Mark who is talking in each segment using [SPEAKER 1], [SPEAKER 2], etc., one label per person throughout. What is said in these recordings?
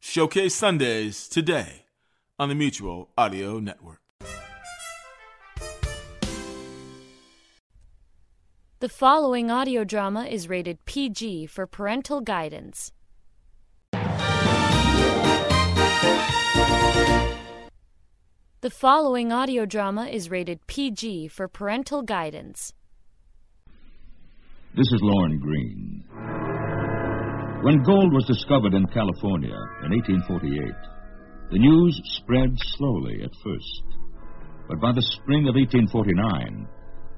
[SPEAKER 1] Showcase Sundays today on the Mutual Audio Network.
[SPEAKER 2] The following audio drama is rated PG for parental guidance. The following audio drama is rated PG for parental guidance.
[SPEAKER 3] This is Lorne Green. When gold was discovered in California in 1848, the news spread slowly at first. But by the spring of 1849,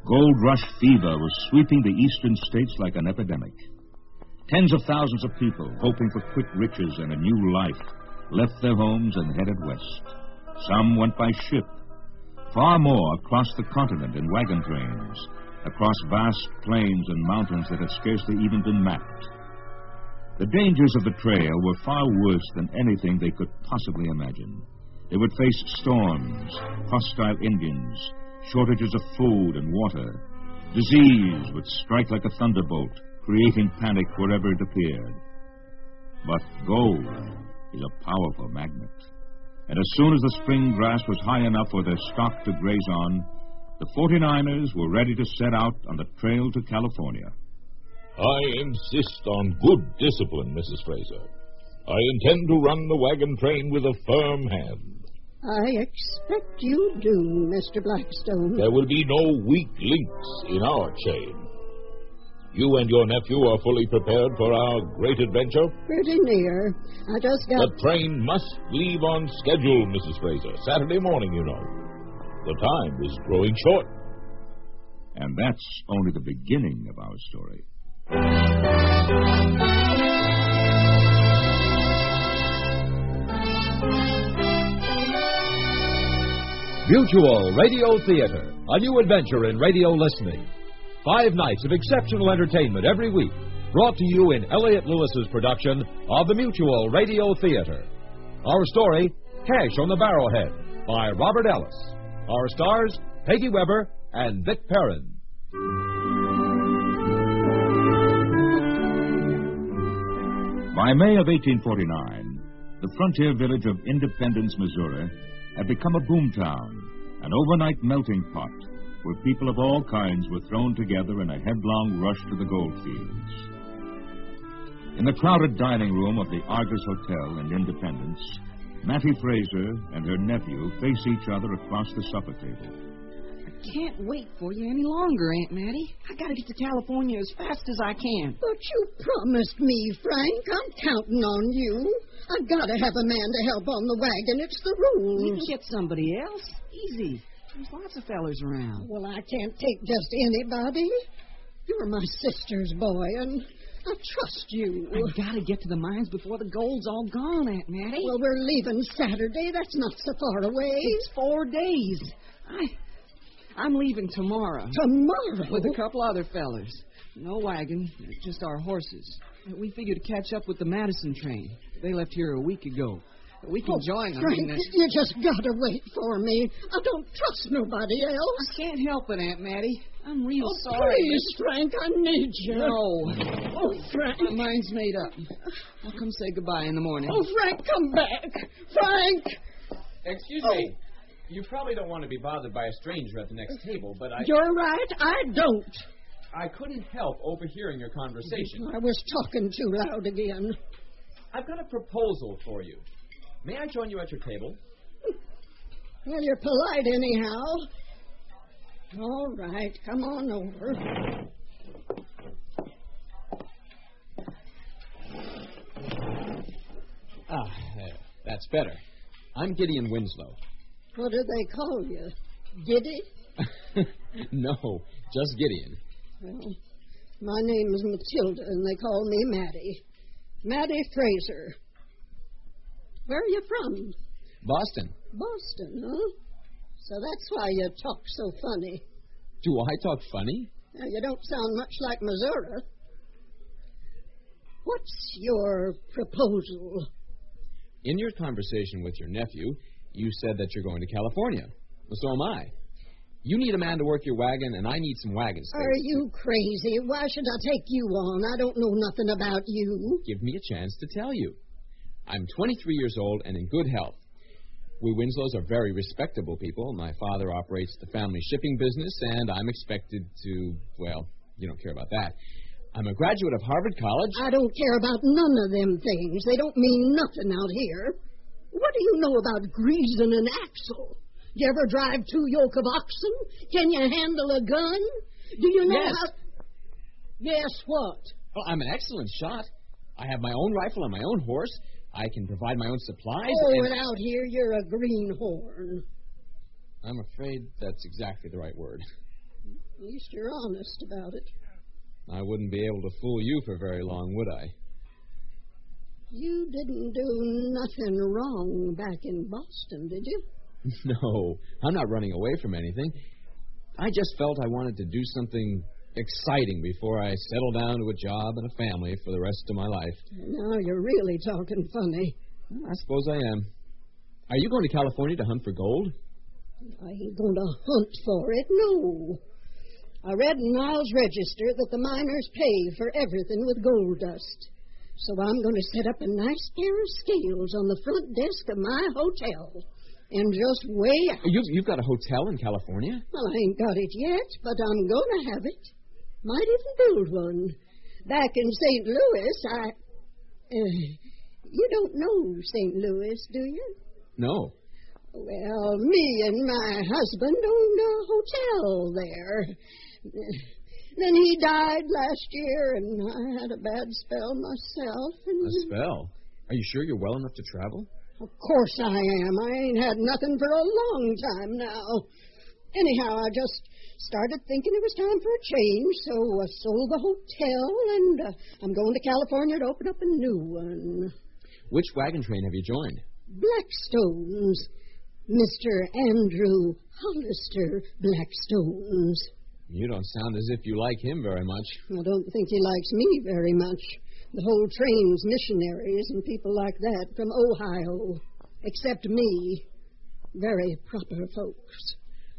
[SPEAKER 3] gold rush fever was sweeping the eastern states like an epidemic. Tens of thousands of people, hoping for quick riches and a new life, left their homes and headed west. Some went by ship. Far more crossed the continent in wagon trains, across vast plains and mountains that had scarcely even been mapped. The dangers of the trail were far worse than anything they could possibly imagine. They would face storms, hostile Indians, shortages of food and water. Disease would strike like a thunderbolt, creating panic wherever it appeared. But gold is a powerful magnet. And as soon as the spring grass was high enough for their stock to graze on, the 49ers were ready to set out on the trail to California.
[SPEAKER 4] I insist on good discipline, Mrs. Fraser. I intend to run the wagon train with a firm hand.
[SPEAKER 5] I expect you do, Mr. Blackstone.
[SPEAKER 4] There will be no weak links in our chain. You and your nephew are fully prepared for our great adventure?
[SPEAKER 5] Pretty near. I just got.
[SPEAKER 4] The train must leave on schedule, Mrs. Fraser. Saturday morning, you know. The time is growing short.
[SPEAKER 3] And that's only the beginning of our story.
[SPEAKER 6] Mutual Radio Theater, a new adventure in radio listening. Five nights of exceptional entertainment every week, brought to you in Elliot Lewis's production of the Mutual Radio Theater. Our story, Cash on the Barrowhead, by Robert Ellis. Our stars, Peggy Weber and Vic Perrin.
[SPEAKER 3] By May of 1849, the frontier village of Independence, Missouri, had become a boomtown, an overnight melting pot where people of all kinds were thrown together in a headlong rush to the gold fields. In the crowded dining room of the Argus Hotel in Independence, Mattie Fraser and her nephew face each other across the supper table.
[SPEAKER 7] I can't wait for you any longer, Aunt Mattie. I gotta get to California as fast as I can.
[SPEAKER 5] But you promised me, Frank. I'm counting on you. I've gotta have a man to help on the wagon. It's the rules.
[SPEAKER 7] You can get somebody else. Easy. There's lots of fellers around.
[SPEAKER 5] Well, I can't take just anybody. You're my sister's boy, and I trust you.
[SPEAKER 7] I gotta get to the mines before the gold's all gone, Aunt Mattie.
[SPEAKER 5] Well, we're leaving Saturday. That's not so far away.
[SPEAKER 7] It's four days. I. I'm leaving tomorrow.
[SPEAKER 5] Tomorrow?
[SPEAKER 7] With a couple other fellers. No wagon, just our horses. We figure to catch up with the Madison train. They left here a week ago. We can
[SPEAKER 5] oh,
[SPEAKER 7] join them.
[SPEAKER 5] Frank,
[SPEAKER 7] in the...
[SPEAKER 5] you just gotta wait for me. I don't trust nobody else.
[SPEAKER 7] I can't help it, Aunt Mattie. I'm real
[SPEAKER 5] oh,
[SPEAKER 7] sorry.
[SPEAKER 5] Please, Frank, I need you.
[SPEAKER 7] No.
[SPEAKER 5] Oh, Frank.
[SPEAKER 7] My mind's made up. I'll come say goodbye in the morning.
[SPEAKER 5] Oh, Frank, come back. Frank!
[SPEAKER 8] Excuse
[SPEAKER 5] oh.
[SPEAKER 8] me. You probably don't want to be bothered by a stranger at the next table, but I.
[SPEAKER 5] You're right, I don't.
[SPEAKER 8] I couldn't help overhearing your conversation.
[SPEAKER 5] I was talking too loud again.
[SPEAKER 8] I've got a proposal for you. May I join you at your table?
[SPEAKER 5] Well, you're polite, anyhow. All right, come on over.
[SPEAKER 8] Ah, there. That's better. I'm Gideon Winslow.
[SPEAKER 5] What do they call you? Giddy?
[SPEAKER 8] no, just Gideon.
[SPEAKER 5] Well, my name's Matilda, and they call me Mattie. Mattie Fraser. Where are you from?
[SPEAKER 8] Boston.
[SPEAKER 5] Boston, huh? So that's why you talk so funny.
[SPEAKER 8] Do I talk funny?
[SPEAKER 5] Now, you don't sound much like Missouri. What's your proposal?
[SPEAKER 8] In your conversation with your nephew, you said that you're going to California. Well, so am I. You need a man to work your wagon, and I need some wagon
[SPEAKER 5] Are
[SPEAKER 8] stakes.
[SPEAKER 5] you crazy? Why should I take you on? I don't know nothing about you.
[SPEAKER 8] Give me a chance to tell you. I'm 23 years old and in good health. We Winslows are very respectable people. My father operates the family shipping business, and I'm expected to, well, you don't care about that. I'm a graduate of Harvard College.
[SPEAKER 5] I don't care about none of them things. They don't mean nothing out here. What do you know about greasing an axle? You ever drive two yoke of oxen? Can you handle a gun? Do you know
[SPEAKER 8] Yes.
[SPEAKER 5] how? Yes, what?
[SPEAKER 8] Well, I'm an excellent shot. I have my own rifle and my own horse. I can provide my own supplies.
[SPEAKER 5] oh,
[SPEAKER 8] and
[SPEAKER 5] and out here you're a greenhorn.
[SPEAKER 8] I'm afraid that's exactly the right word.
[SPEAKER 5] At least you're honest about it.
[SPEAKER 8] I wouldn't be able to fool you for very long, would I?
[SPEAKER 5] You didn't do nothing wrong back in Boston, did you?
[SPEAKER 8] no, I'm not running away from anything. I just felt I wanted to do something exciting before I settle down to a job and a family for the rest of my life.
[SPEAKER 5] Now you're really talking funny.
[SPEAKER 8] I suppose I am. Are you going to California to hunt for gold?
[SPEAKER 5] I ain't going to hunt for it, no. I read in Miles' register that the miners pay for everything with gold dust. So I'm going to set up a nice pair of scales on the front desk of my hotel and just weigh out.
[SPEAKER 8] You've, you've got a hotel in California?
[SPEAKER 5] Well, I ain't got it yet, but I'm going to have it. Might even build one. Back in St. Louis, I. Uh, you don't know St. Louis, do you?
[SPEAKER 8] No.
[SPEAKER 5] Well, me and my husband owned a hotel there. Then he died last year, and I had a bad spell myself. And
[SPEAKER 8] A spell. Are you sure you're well enough to travel?
[SPEAKER 5] of course I am. I ain't had nothing for a long time now. Anyhow, I just started thinking it was time for a change, so I sold the hotel, and uh, I'm going to California to open up a new one.
[SPEAKER 8] Which wagon train have you joined?
[SPEAKER 5] Blackstone's. Mr. Andrew Hollister Blackstone's.
[SPEAKER 8] You don't sound as if you like him very much.
[SPEAKER 5] I don't think he likes me very much. The whole train's missionaries and people like that from Ohio, except me. Very proper folks.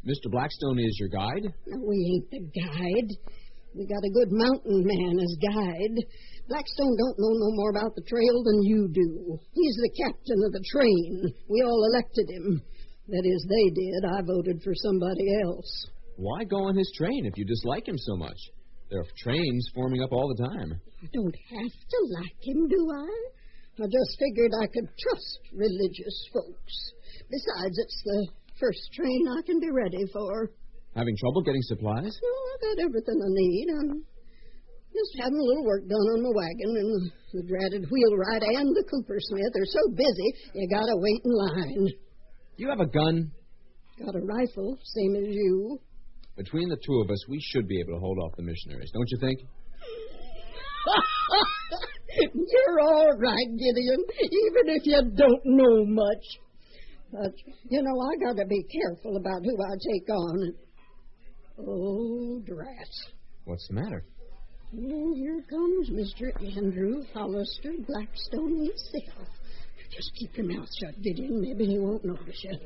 [SPEAKER 8] Mr. Blackstone is your guide?
[SPEAKER 5] Now, we ain't the guide. We got a good mountain man as guide. Blackstone don't know no more about the trail than you do. He's the captain of the train. We all elected him. That is, they did. I voted for somebody else.
[SPEAKER 8] Why go on his train if you dislike him so much? There are trains forming up all the time.
[SPEAKER 5] I don't have to like him, do I? I just figured I could trust religious folks. Besides, it's the first train I can be ready for.
[SPEAKER 8] Having trouble getting supplies?
[SPEAKER 5] No, I got everything I need. I'm just having a little work done on my wagon, and the dreaded wheelwright and the coopersmith are so busy you gotta wait in line.
[SPEAKER 8] You have a gun.
[SPEAKER 5] Got a rifle, same as you.
[SPEAKER 8] Between the two of us, we should be able to hold off the missionaries, don't you think?
[SPEAKER 5] You're all right, Gideon, even if you don't know much. But, you know, I gotta be careful about who I take on. Oh, drat.
[SPEAKER 8] What's the matter?
[SPEAKER 5] Oh, here comes Mr. Andrew Hollister Blackstone himself. Just keep your mouth shut, Gideon. Maybe he won't notice you.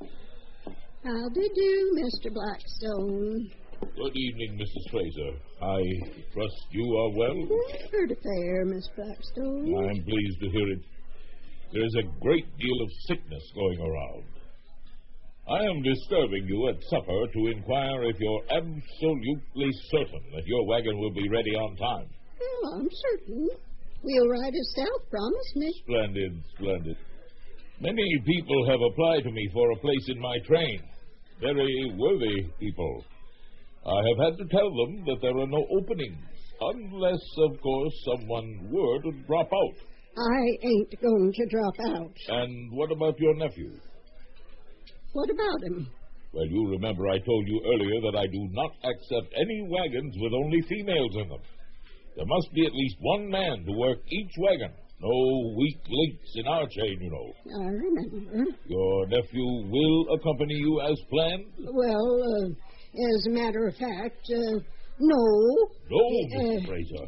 [SPEAKER 5] How do do, Mr. Blackstone?
[SPEAKER 4] Good evening, Mrs. Fraser. I trust you are well.
[SPEAKER 5] Heard affair, Miss Blackstone.
[SPEAKER 4] I'm pleased to hear it. There is a great deal of sickness going around. I am disturbing you at supper to inquire if you're absolutely certain that your wagon will be ready on time.
[SPEAKER 5] Well, I'm certain. Wheelwright is south, promised me.
[SPEAKER 4] Splendid, splendid. Many people have applied to me for a place in my train. Very worthy people. I have had to tell them that there are no openings, unless, of course, someone were to drop out.
[SPEAKER 5] I ain't going to drop out.
[SPEAKER 4] And what about your nephew?
[SPEAKER 5] What about him?
[SPEAKER 4] Well, you remember I told you earlier that I do not accept any wagons with only females in them. There must be at least one man to work each wagon. No weak links in our chain, you know.
[SPEAKER 5] I remember.
[SPEAKER 4] Your nephew will accompany you as planned?
[SPEAKER 5] Well, uh, as a matter of fact, uh, no.
[SPEAKER 4] No,
[SPEAKER 5] Uh,
[SPEAKER 4] Mr. Fraser.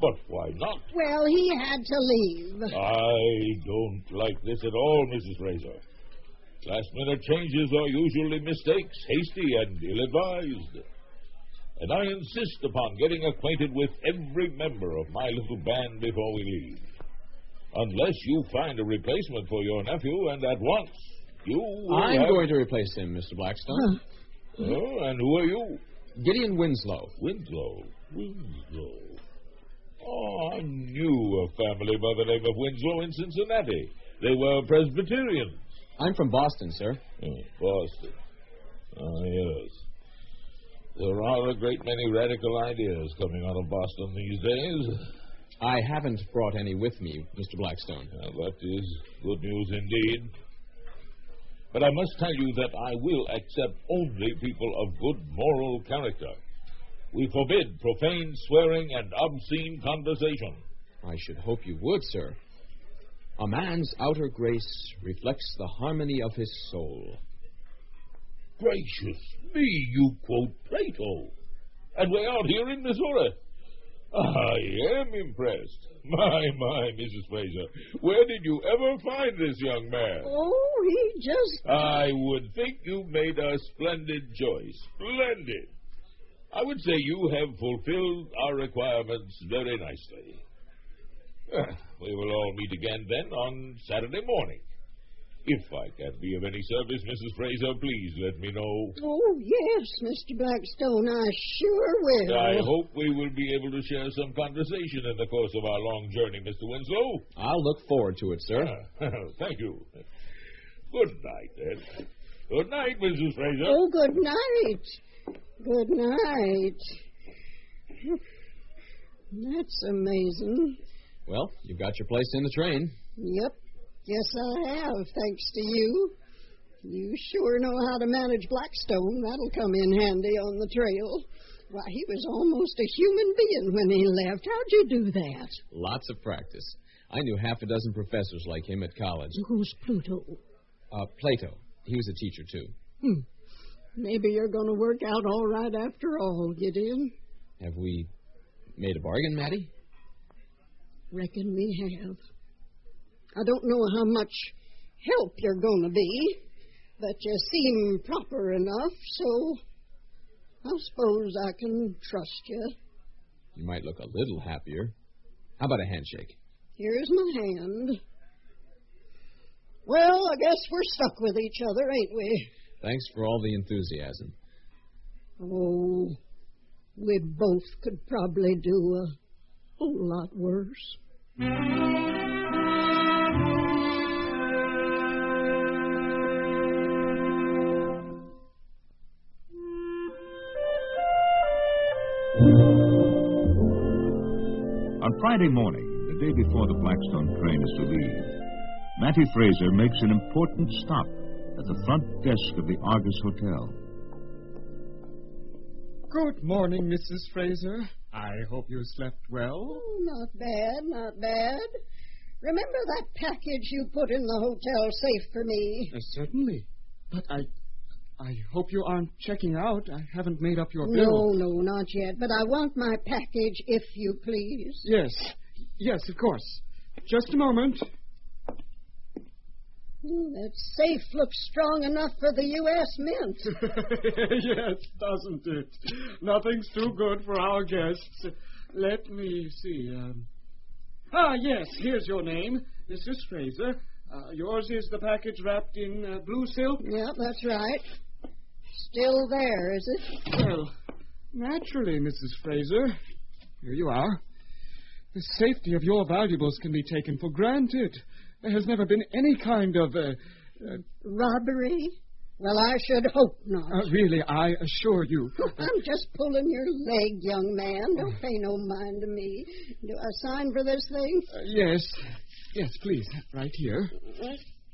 [SPEAKER 4] But why not?
[SPEAKER 5] Well, he had to leave.
[SPEAKER 4] I don't like this at all, Mrs. Fraser. Last minute changes are usually mistakes, hasty and ill advised. And I insist upon getting acquainted with every member of my little band before we leave. Unless you find a replacement for your nephew, and at once, you will
[SPEAKER 8] I'm
[SPEAKER 4] have-
[SPEAKER 8] going to replace him, Mr. Blackstone.
[SPEAKER 4] Oh, and who are you?
[SPEAKER 8] Gideon Winslow.
[SPEAKER 4] Winslow? Winslow. Oh, I knew a family by the name of Winslow in Cincinnati. They were Presbyterians.
[SPEAKER 8] I'm from Boston, sir.
[SPEAKER 4] Mm, Boston. Ah, yes. There are a great many radical ideas coming out of Boston these days.
[SPEAKER 8] I haven't brought any with me, Mr. Blackstone.
[SPEAKER 4] Well, that is good news indeed. But I must tell you that I will accept only people of good moral character. We forbid profane swearing and obscene conversation.
[SPEAKER 8] I should hope you would, sir. A man's outer grace reflects the harmony of his soul.
[SPEAKER 4] Gracious me, you quote Plato. And we're out here in Missouri. I am impressed. My, my, Mrs. Fraser, where did you ever find this young man?
[SPEAKER 5] Oh, he just.
[SPEAKER 4] I would think you made a splendid choice. Splendid. I would say you have fulfilled our requirements very nicely. Ah, We will all meet again then on Saturday morning. If I can be of any service, Mrs. Fraser, please let me know.
[SPEAKER 5] Oh, yes, Mr. Blackstone, I sure will.
[SPEAKER 4] I hope we will be able to share some conversation in the course of our long journey, Mr. Winslow.
[SPEAKER 8] I'll look forward to it, sir.
[SPEAKER 4] Thank you. Good night, then. Good night, Mrs. Fraser.
[SPEAKER 5] Oh, good night. Good night. That's amazing.
[SPEAKER 8] Well, you've got your place in the train.
[SPEAKER 5] Yep. Yes, I have, thanks to you. You sure know how to manage Blackstone. That'll come in handy on the trail. Why, he was almost a human being when he left. How'd you do that?
[SPEAKER 8] Lots of practice. I knew half a dozen professors like him at college.
[SPEAKER 5] Who's Pluto?
[SPEAKER 8] Uh, Plato. He was a teacher, too.
[SPEAKER 5] Hmm. Maybe you're going to work out all right after all, Gideon.
[SPEAKER 8] Have we made a bargain, Matty?
[SPEAKER 5] Reckon we have. I don't know how much help you're going to be, but you seem proper enough, so I suppose I can trust you.
[SPEAKER 8] You might look a little happier. How about a handshake?
[SPEAKER 5] Here's my hand. Well, I guess we're stuck with each other, ain't we?
[SPEAKER 8] Thanks for all the enthusiasm.
[SPEAKER 5] Oh, we both could probably do a whole lot worse.
[SPEAKER 3] On Friday morning, the day before the Blackstone train is to leave, Matty Fraser makes an important stop at the front desk of the Argus Hotel.
[SPEAKER 9] Good morning, Mrs. Fraser. I hope you slept well.
[SPEAKER 5] Oh, not bad, not bad. Remember that package you put in the hotel safe for me?
[SPEAKER 9] Uh, certainly. But I. I hope you aren't checking out. I haven't made up your
[SPEAKER 5] No,
[SPEAKER 9] bill.
[SPEAKER 5] no, not yet. But I want my package, if you please.
[SPEAKER 9] Yes. Yes, of course. Just a moment.
[SPEAKER 5] Hmm, that safe looks strong enough for the U.S. Mint.
[SPEAKER 9] yes, doesn't it? Nothing's too good for our guests. Let me see. Um... Ah, yes, here's your name, Mrs. Fraser. Uh, yours is the package wrapped in uh, blue silk.
[SPEAKER 5] Yeah, that's right. Still there, is it?
[SPEAKER 9] Well, naturally, Mrs. Fraser. Here you are. The safety of your valuables can be taken for granted. There has never been any kind of. Uh, uh,
[SPEAKER 5] Robbery? Well, I should hope not.
[SPEAKER 9] uh, really, I assure you.
[SPEAKER 5] I'm just pulling your leg, young man. Don't pay no mind to me. Do I sign for this thing?
[SPEAKER 9] yes. Yes, please. Right here.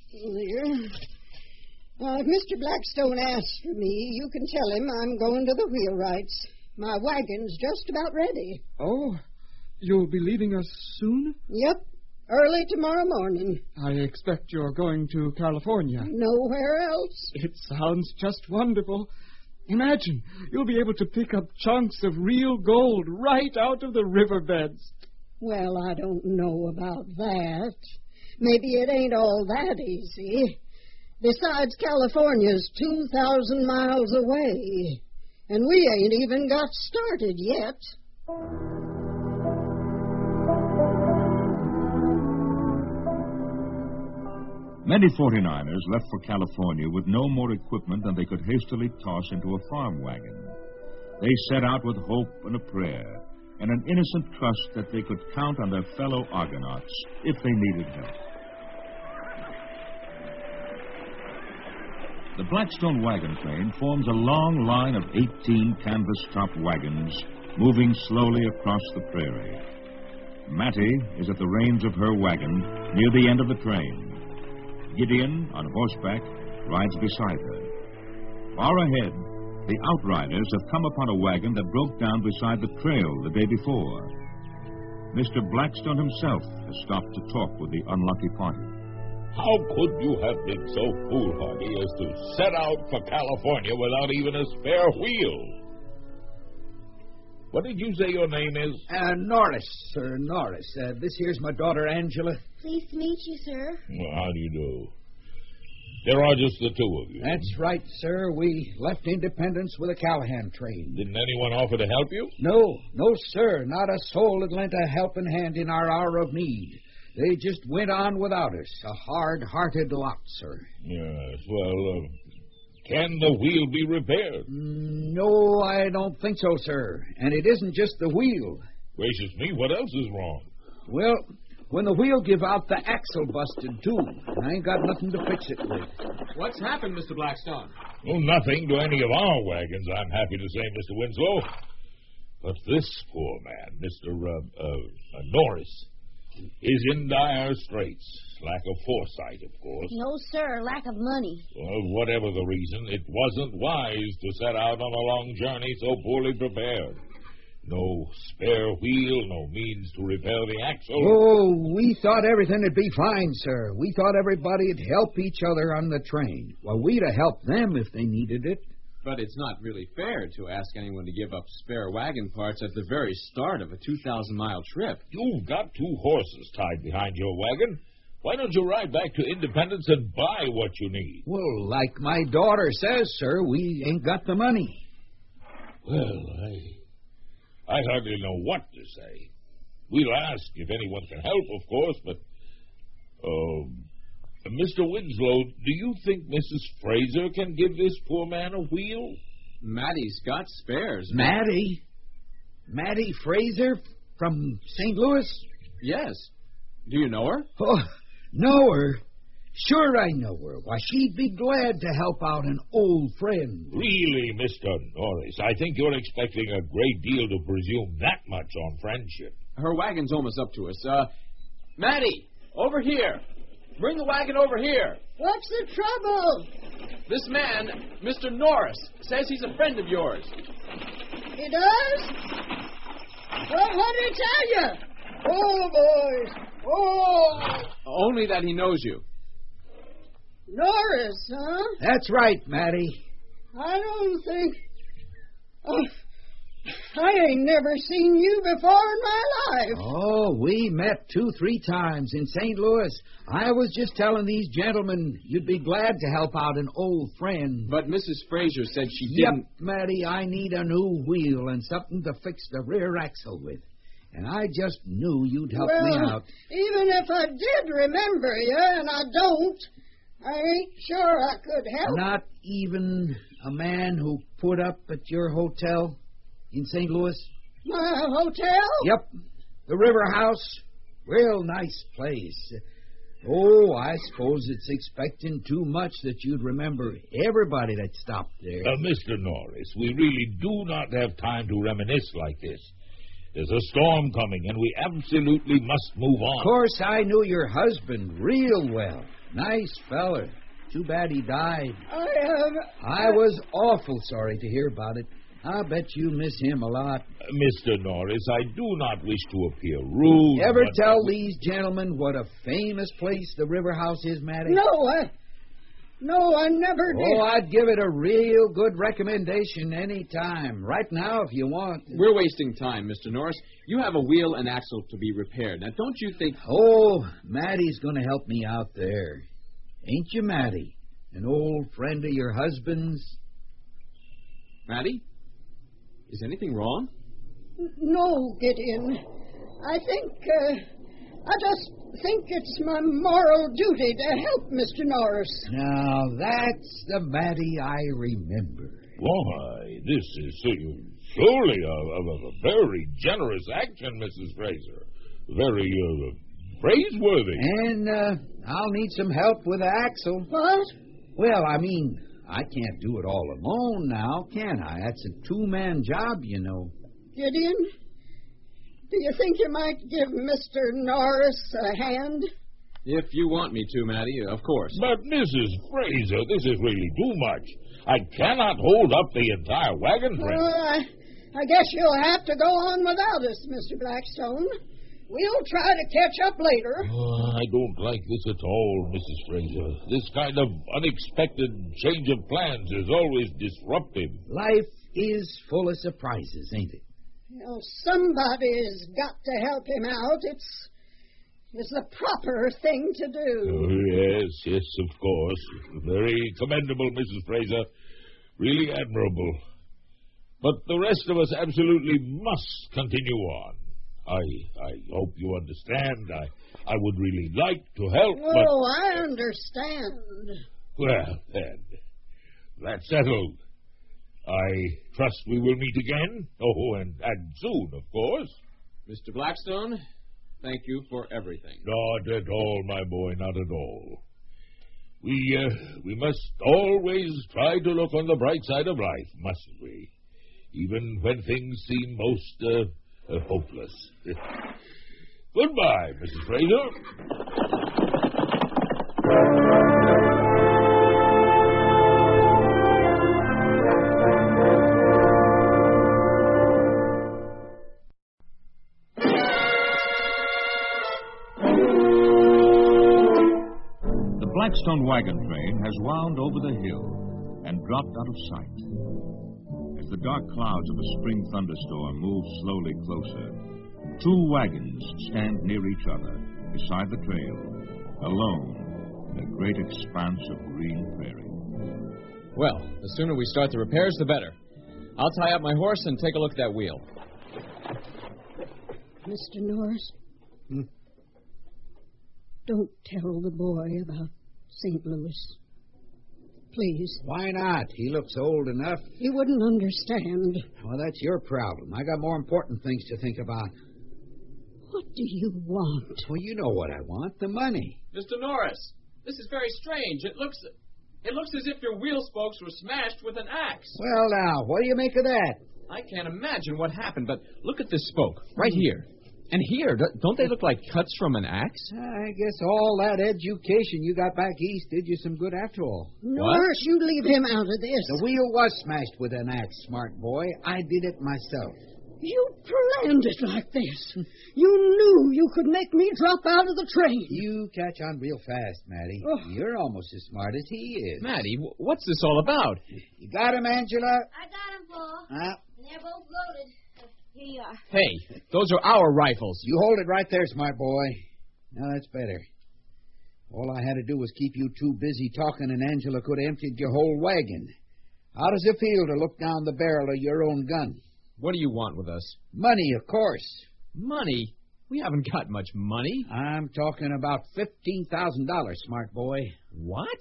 [SPEAKER 5] Here. Uh, if Mr. Blackstone asks for me, you can tell him I'm going to the wheelwrights. My wagon's just about ready.
[SPEAKER 9] Oh, you'll be leaving us soon?
[SPEAKER 5] Yep. Early tomorrow morning.
[SPEAKER 9] I expect you're going to California.
[SPEAKER 5] Nowhere else.
[SPEAKER 9] It sounds just wonderful. Imagine, you'll be able to pick up chunks of real gold right out of the riverbeds.
[SPEAKER 5] Well, I don't know about that. Maybe it ain't all that easy. Besides, California's 2,000 miles away, and we ain't even got started yet.
[SPEAKER 3] Many 49ers left for California with no more equipment than they could hastily toss into a farm wagon. They set out with hope and a prayer and an innocent trust that they could count on their fellow Argonauts if they needed help. The Blackstone wagon train forms a long line of 18 canvas top wagons moving slowly across the prairie. Mattie is at the reins of her wagon near the end of the train. Gideon, on horseback, rides beside her. Far ahead, the outriders have come upon a wagon that broke down beside the trail the day before. Mr. Blackstone himself has stopped to talk with the unlucky party.
[SPEAKER 4] How could you have been so foolhardy as to set out for California without even a spare wheel? What did you say your name is?
[SPEAKER 10] Uh, Norris, sir, Norris. Uh, this here's my daughter, Angela.
[SPEAKER 11] Pleased to meet you, sir.
[SPEAKER 4] Well, how do you do? There are just the two of you.
[SPEAKER 10] That's right, sir. We left Independence with a Callahan train.
[SPEAKER 4] Didn't anyone offer to help you?
[SPEAKER 10] No, no, sir. Not a soul had lent a helping hand in our hour of need. They just went on without us. A hard hearted lot, sir.
[SPEAKER 4] Yes, well, uh, can the wheel be repaired?
[SPEAKER 10] No, I don't think so, sir. And it isn't just the wheel.
[SPEAKER 4] Gracious me, what else is wrong?
[SPEAKER 10] Well, when the wheel give out, the axle busted, too. And I ain't got nothing to fix it with.
[SPEAKER 8] What's happened, Mr. Blackstone?
[SPEAKER 4] Well, nothing to any of our wagons, I'm happy to say, Mr. Winslow. But this poor man, Mr. Uh, uh, Norris, is in dire straits. Lack of foresight, of course.
[SPEAKER 11] No, sir. Lack of money.
[SPEAKER 4] Well, whatever the reason, it wasn't wise to set out on a long journey so poorly prepared. No spare wheel, no means to repair the axle.
[SPEAKER 10] Oh, we thought everything would be fine, sir. We thought everybody'd help each other on the train. Well, we'd have helped them if they needed it.
[SPEAKER 8] But it's not really fair to ask anyone to give up spare wagon parts at the very start of a 2,000 mile trip.
[SPEAKER 4] You've got two horses tied behind your wagon. Why don't you ride back to Independence and buy what you need?
[SPEAKER 10] Well, like my daughter says, sir, we ain't got the money.
[SPEAKER 4] Well, I, I hardly know what to say. We'll ask if anyone can help, of course, but. Um, Mr. Winslow, do you think Mrs. Fraser can give this poor man a wheel?
[SPEAKER 8] Mattie's got spares.
[SPEAKER 10] Mattie? Mattie Fraser from St. Louis?
[SPEAKER 8] Yes. Do you know her?
[SPEAKER 10] Oh, know her? Sure, I know her. Why, she'd be glad to help out an old friend.
[SPEAKER 4] Really, Mr. Norris, I think you're expecting a great deal to presume that much on friendship.
[SPEAKER 8] Her wagon's almost up to us. Uh, Mattie, over here. Bring the wagon over here.
[SPEAKER 5] What's the trouble?
[SPEAKER 8] This man, Mr. Norris, says he's a friend of yours.
[SPEAKER 5] He does? Well, what did he tell you? Oh, boys. Oh.
[SPEAKER 8] Only that he knows you.
[SPEAKER 5] Norris, huh?
[SPEAKER 10] That's right, Mattie.
[SPEAKER 5] I don't think. Oh, I ain't never seen you before in my life.
[SPEAKER 10] Oh, we met two, three times in St. Louis. I was just telling these gentlemen you'd be glad to help out an old friend.
[SPEAKER 8] But Mrs. Fraser said she
[SPEAKER 10] Yep,
[SPEAKER 8] didn't.
[SPEAKER 10] Mattie, I need a new wheel and something to fix the rear axle with. And I just knew you'd Oh, help
[SPEAKER 5] well,
[SPEAKER 10] me out.
[SPEAKER 5] Even if I did remember you, and I don't, I ain't sure I could help.
[SPEAKER 10] Not even a man who put up at your hotel in St. Louis?
[SPEAKER 5] My hotel?
[SPEAKER 10] Yep. The River House. Real nice place. Oh, I suppose it's expecting too much that you'd remember everybody that stopped there.
[SPEAKER 4] Uh, Mr. Norris, we really do not have time to reminisce like this. There's a storm coming, and we absolutely must move on.
[SPEAKER 10] Of course, I knew your husband real well. Nice feller. Too bad he died.
[SPEAKER 5] I have.
[SPEAKER 10] I was awful sorry to hear about it. I bet you miss him a lot.
[SPEAKER 4] Mr. Uh, Norris, I do not wish to appear rude.
[SPEAKER 10] Ever
[SPEAKER 4] but-
[SPEAKER 10] tell these gentlemen what a famous place the River House is, Matty?
[SPEAKER 5] No, I. No, I never did.
[SPEAKER 10] Oh, I'd give it a real good recommendation any time. Right now, if you want.
[SPEAKER 8] We're wasting time, Mr. Norris. You have a wheel and axle to be repaired. Now, don't you think.
[SPEAKER 10] Oh, Maddie's going to help me out there. Ain't you, Maddie? An old friend of your husband's?
[SPEAKER 8] Maddie? Is anything wrong?
[SPEAKER 5] No, Gideon. I think, uh, I just think it's my moral duty to help Mr. Norris.
[SPEAKER 10] Now, that's the Maddie I remember.
[SPEAKER 4] Why, this is su- surely a, a- a very generous action, Mrs. Fraser. Very uh, praiseworthy.
[SPEAKER 10] And uh, I'll need some help with the axle.
[SPEAKER 5] What?
[SPEAKER 10] Well, I mean, I can't do it all alone now, can I? That's a two man job, you know.
[SPEAKER 5] Gideon, do you think you might give Mr. Norris a hand?
[SPEAKER 8] If you want me to, Maddie, of course.
[SPEAKER 4] But, Mrs. Fraser, this is really too much. I cannot hold up the entire wagon train.
[SPEAKER 5] Well, I, I guess you'll have to go on without us, Mr. Blackstone. We'll try to catch up later.
[SPEAKER 4] Oh, I don't like this at all, Mrs. Fraser. This kind of unexpected change of plans is always disruptive.
[SPEAKER 10] Life is full of surprises, ain't it?
[SPEAKER 5] Well, somebody's got to help him out. It's, it's the proper thing to do.
[SPEAKER 4] Oh, yes, yes, of course. Very commendable, Mrs. Fraser. Really admirable. But the rest of us absolutely must continue on. I I hope you understand. I I would really like to help,
[SPEAKER 5] Oh, I understand.
[SPEAKER 4] but well then, that's settled. I trust we will meet again. Oh, and and soon, of course.
[SPEAKER 8] Mr. Blackstone, thank you for everything.
[SPEAKER 4] Not at all, my boy, not at all. We uh, we must always try to look on the bright side of life, mustn't we? Even when things seem most uh, uh, hopeless. Goodbye, Mrs. Fraser.
[SPEAKER 6] The Blackstone wagon train has wound over the hill and dropped out of sight. As the dark clouds of a spring thunderstorm move slowly closer, two wagons stand near each other beside the trail, alone in a great expanse of green prairie.
[SPEAKER 8] Well, the sooner we start the repairs, the better. I'll tie up my horse and take a look at that wheel.
[SPEAKER 5] Mr. Norris,
[SPEAKER 10] Hmm?
[SPEAKER 5] don't tell the boy about St. Louis. Please.
[SPEAKER 10] Why not? He looks old enough.
[SPEAKER 5] He wouldn't understand.
[SPEAKER 10] Well, that's your problem. I got more important things to think about.
[SPEAKER 5] What do you want?
[SPEAKER 10] Well, you know what I want the money.
[SPEAKER 12] Mr. Norris, this is very strange. It looks it looks as if your wheel spokes were smashed with an axe.
[SPEAKER 10] Well, now, what do you make of that?
[SPEAKER 12] I can't imagine.
[SPEAKER 8] Imagine what happened, but look at this spoke right here. And here, Do- don't they look like cuts from an axe?
[SPEAKER 10] I guess all that education you got back east did you some good after all.
[SPEAKER 5] Norris, you leave him out of this.
[SPEAKER 10] The wheel was smashed with an axe, smart boy. I did it myself.
[SPEAKER 5] You planned it like this. You knew you could make me drop out of the train. Oh.
[SPEAKER 10] You catch on real fast, Maddie. You're almost as smart as he is.
[SPEAKER 8] Maddie, wh- what's this all about?
[SPEAKER 10] You got him, Angela?
[SPEAKER 11] I got them, Paul.
[SPEAKER 10] Huh?
[SPEAKER 11] And they're both loaded. Here you are.
[SPEAKER 8] Hey, those are our rifles.
[SPEAKER 10] You hold it right there, smart boy. Now that's better. All I had to do was keep you too busy talking, and Angela could have emptied your whole wagon. How does it feel to look down the barrel of your own gun?
[SPEAKER 8] What do you want with us?
[SPEAKER 10] Money, of course.
[SPEAKER 8] Money? We haven't got much money.
[SPEAKER 10] I'm talking about fifteen thousand dollars, smart boy.
[SPEAKER 8] What?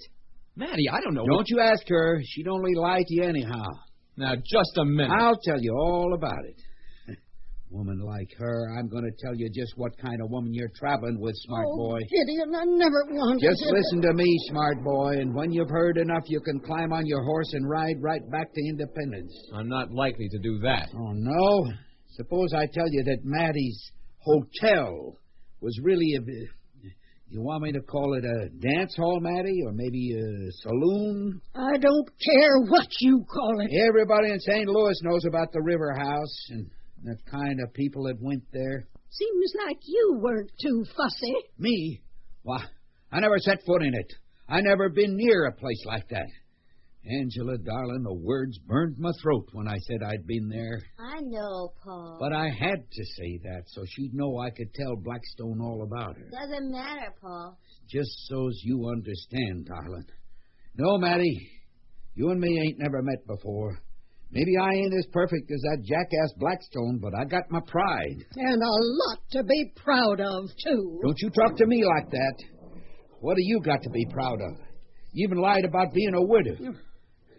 [SPEAKER 8] Maddie, I don't know.
[SPEAKER 10] Don't you ask her. She'd only lie to you anyhow.
[SPEAKER 8] Now, just a minute.
[SPEAKER 10] I'll tell you all about it. woman like her, I'm going to tell you just what kind of woman you're traveling with, smart
[SPEAKER 5] oh,
[SPEAKER 10] boy.
[SPEAKER 5] Gideon, I never wanted
[SPEAKER 10] Just
[SPEAKER 5] to-
[SPEAKER 10] listen to me, smart boy, and when you've heard enough, you can climb on your horse and ride right back to Independence.
[SPEAKER 8] I'm not likely to do that.
[SPEAKER 10] Oh, no? Suppose I tell you that Maddie's hotel was really a. You want me to call it a dance hall, Matty, or maybe a saloon?
[SPEAKER 5] I don't care what you call it.
[SPEAKER 10] Everybody in St. Louis knows about the River House and the kind of people that went there.
[SPEAKER 5] Seems like you weren't too fussy.
[SPEAKER 10] Me? Why, I never set foot in it. I never been near a place like that. Angela, darling, the words burned my throat when I said I'd been there.
[SPEAKER 11] I know, Paul.
[SPEAKER 10] But I had to say that so she'd know I could tell Blackstone all about her.
[SPEAKER 11] Doesn't matter, Paul.
[SPEAKER 10] Just so's you understand, darling. No, Matty, you and me ain't never met before. Maybe I ain't as perfect as that jackass Blackstone, but I got my pride.
[SPEAKER 5] And a lot to be proud of, too.
[SPEAKER 10] Don't you talk to me like that. What do you got to be proud of? You even lied about being a widow.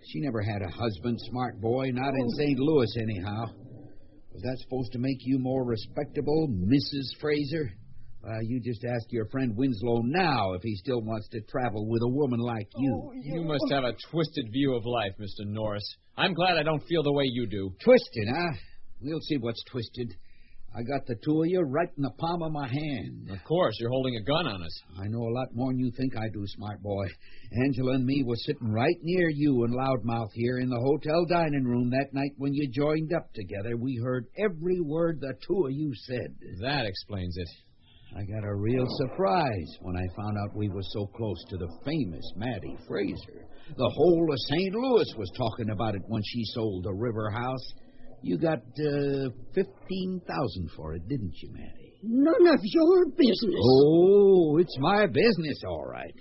[SPEAKER 10] She never had a husband, smart boy, not in St. Louis, anyhow. Was that supposed to make you more respectable, Mrs. Fraser? Uh, you just ask your friend Winslow now if he still wants to travel with a woman like you.
[SPEAKER 8] You must have a twisted view of life, Mr. Norris. I'm glad I don't feel the way you do.
[SPEAKER 10] Twisted, huh? We'll see what's twisted. I got the two of you right in the palm of my hand.
[SPEAKER 8] Of course, you're holding a gun on us.
[SPEAKER 10] I know a lot more than you think I do, smart boy. Angela and me was sitting right near you and Loudmouth here in the hotel dining room that night when you joined up together. We heard every word the two of you said.
[SPEAKER 8] That explains it.
[SPEAKER 10] I got a real surprise when I found out we were so close to the famous Maddie Fraser. The whole of St. Louis was talking about it when she sold the river house. You got uh, fifteen thousand for it, didn't you, Maddie?
[SPEAKER 5] None of your business.
[SPEAKER 10] Oh, it's my business, all right.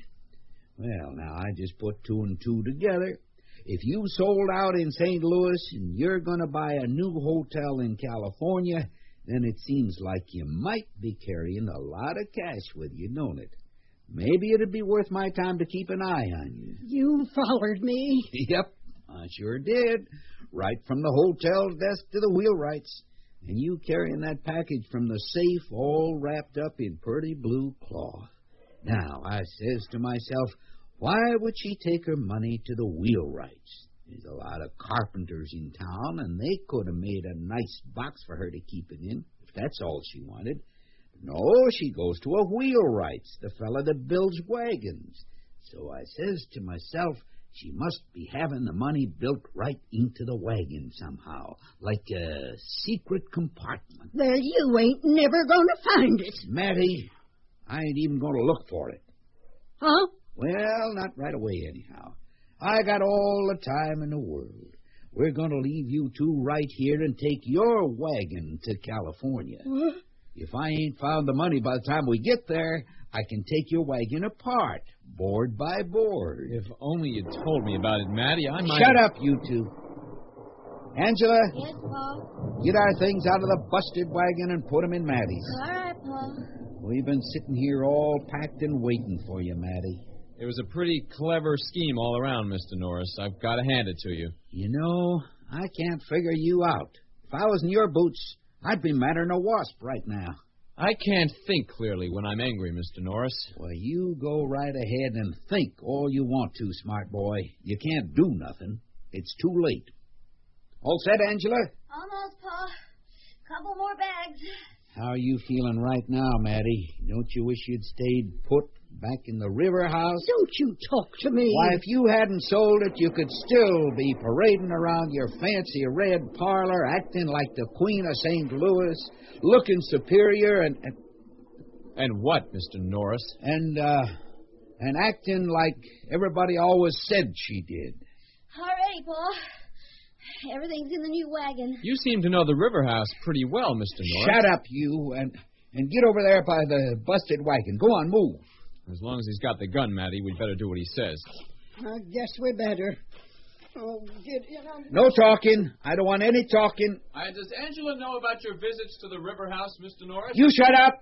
[SPEAKER 10] Well, now I just put two and two together. If you sold out in St. Louis and you're going to buy a new hotel in California, then it seems like you might be carrying a lot of cash with you, don't it? Maybe it'd be worth my time to keep an eye on you.
[SPEAKER 5] You follered me.
[SPEAKER 10] Yep, I sure did. Right from the hotel desk to the wheelwrights. And you carrying that package from the safe all wrapped up in pretty blue cloth. Now, I says to myself, why would she take her money to the wheelwrights? There's a lot of carpenters in town, and they could have made a nice box for her to keep it in, if that's all she wanted. No, she goes to a wheelwright's, the fella that builds wagons. So I says to myself, she must be having the money built right into the wagon somehow, like a secret compartment.
[SPEAKER 5] There you ain't never gonna find it.
[SPEAKER 10] Matty, I ain't even gonna look for it.
[SPEAKER 5] Huh?
[SPEAKER 10] Well, not right away, anyhow. I got all the time in the world. We're going to leave you two right here and take your wagon to California. If I ain't found the money by the time we get there, I can take your wagon apart, board by board.
[SPEAKER 8] If only you'd told me about it, Matty, I might.
[SPEAKER 10] Shut up, you two. Angela,
[SPEAKER 11] Yes, Paul.
[SPEAKER 10] get our things out of the busted wagon and put 'em in Maddie's.
[SPEAKER 11] All right, Paul.
[SPEAKER 10] We've been sitting here all packed and waiting for you, Maddie.
[SPEAKER 8] It was a pretty clever scheme all around, Mr. Norris. I've got to hand it to you.
[SPEAKER 10] You know, I can't figure you out. If I was in your boots, I'd be madder'n a wasp right now.
[SPEAKER 8] I can't think clearly when I'm angry, Mr. Norris.
[SPEAKER 10] Well, you go right ahead and think all you want to, smart boy. You can't do nothing. It's too late. All set, Angela?
[SPEAKER 11] Almost, Paul. Couple more bags.
[SPEAKER 10] How are you feeling right now, Maddie? Don't you wish you'd stayed put back in the river house?
[SPEAKER 5] Don't you talk to me.
[SPEAKER 10] Why, if you hadn't sold it, you could still be parading around your fancy red parlor, acting like the Queen of St. Louis, looking superior, and and,
[SPEAKER 8] And what, Mr. Norris?
[SPEAKER 10] and uh, and acting like everybody always said she did.
[SPEAKER 11] All righty, Paul. Everything's in the new wagon.
[SPEAKER 8] You seem to know the river house pretty well, Mr. Norris.
[SPEAKER 10] Shut up, you, and and get over there by the busted wagon. Go on, move.
[SPEAKER 8] As long as he's got the gun, Matty, we'd better do what he says.
[SPEAKER 5] I guess we better. Oh, get in.
[SPEAKER 10] No talking. I don't want any talking.
[SPEAKER 12] Uh, does Angela know about your visits to the river house, Mr. Norris?
[SPEAKER 10] You shut up.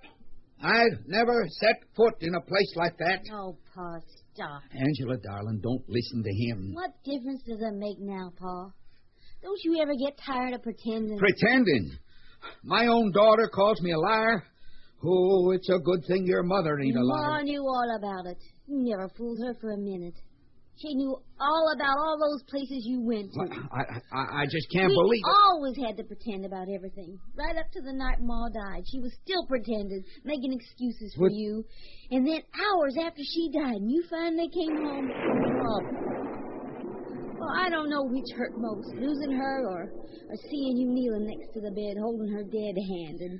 [SPEAKER 10] I've never set foot in a place like that.
[SPEAKER 11] No, Paul, stop.
[SPEAKER 10] Angela, darling, don't listen to him.
[SPEAKER 11] What difference does it make now, Paul? Don't you ever get tired of pretending?
[SPEAKER 10] Pretending. My own daughter calls me a liar. Oh, it's a good thing your mother ain't a
[SPEAKER 11] Ma
[SPEAKER 10] liar.
[SPEAKER 11] knew all about it. You never fooled her for a minute. She knew all about all those places you went to.
[SPEAKER 10] I, I, I just can't
[SPEAKER 11] we
[SPEAKER 10] believe it.
[SPEAKER 11] always had to pretend about everything. Right up to the night Ma died, she was still pretending, making excuses for
[SPEAKER 10] What-
[SPEAKER 11] you. And then hours after she died, and you finally came home. Oh. Well, I don't know which hurt most, losing her or, or seeing you kneeling next to the bed, holding her dead hand, and,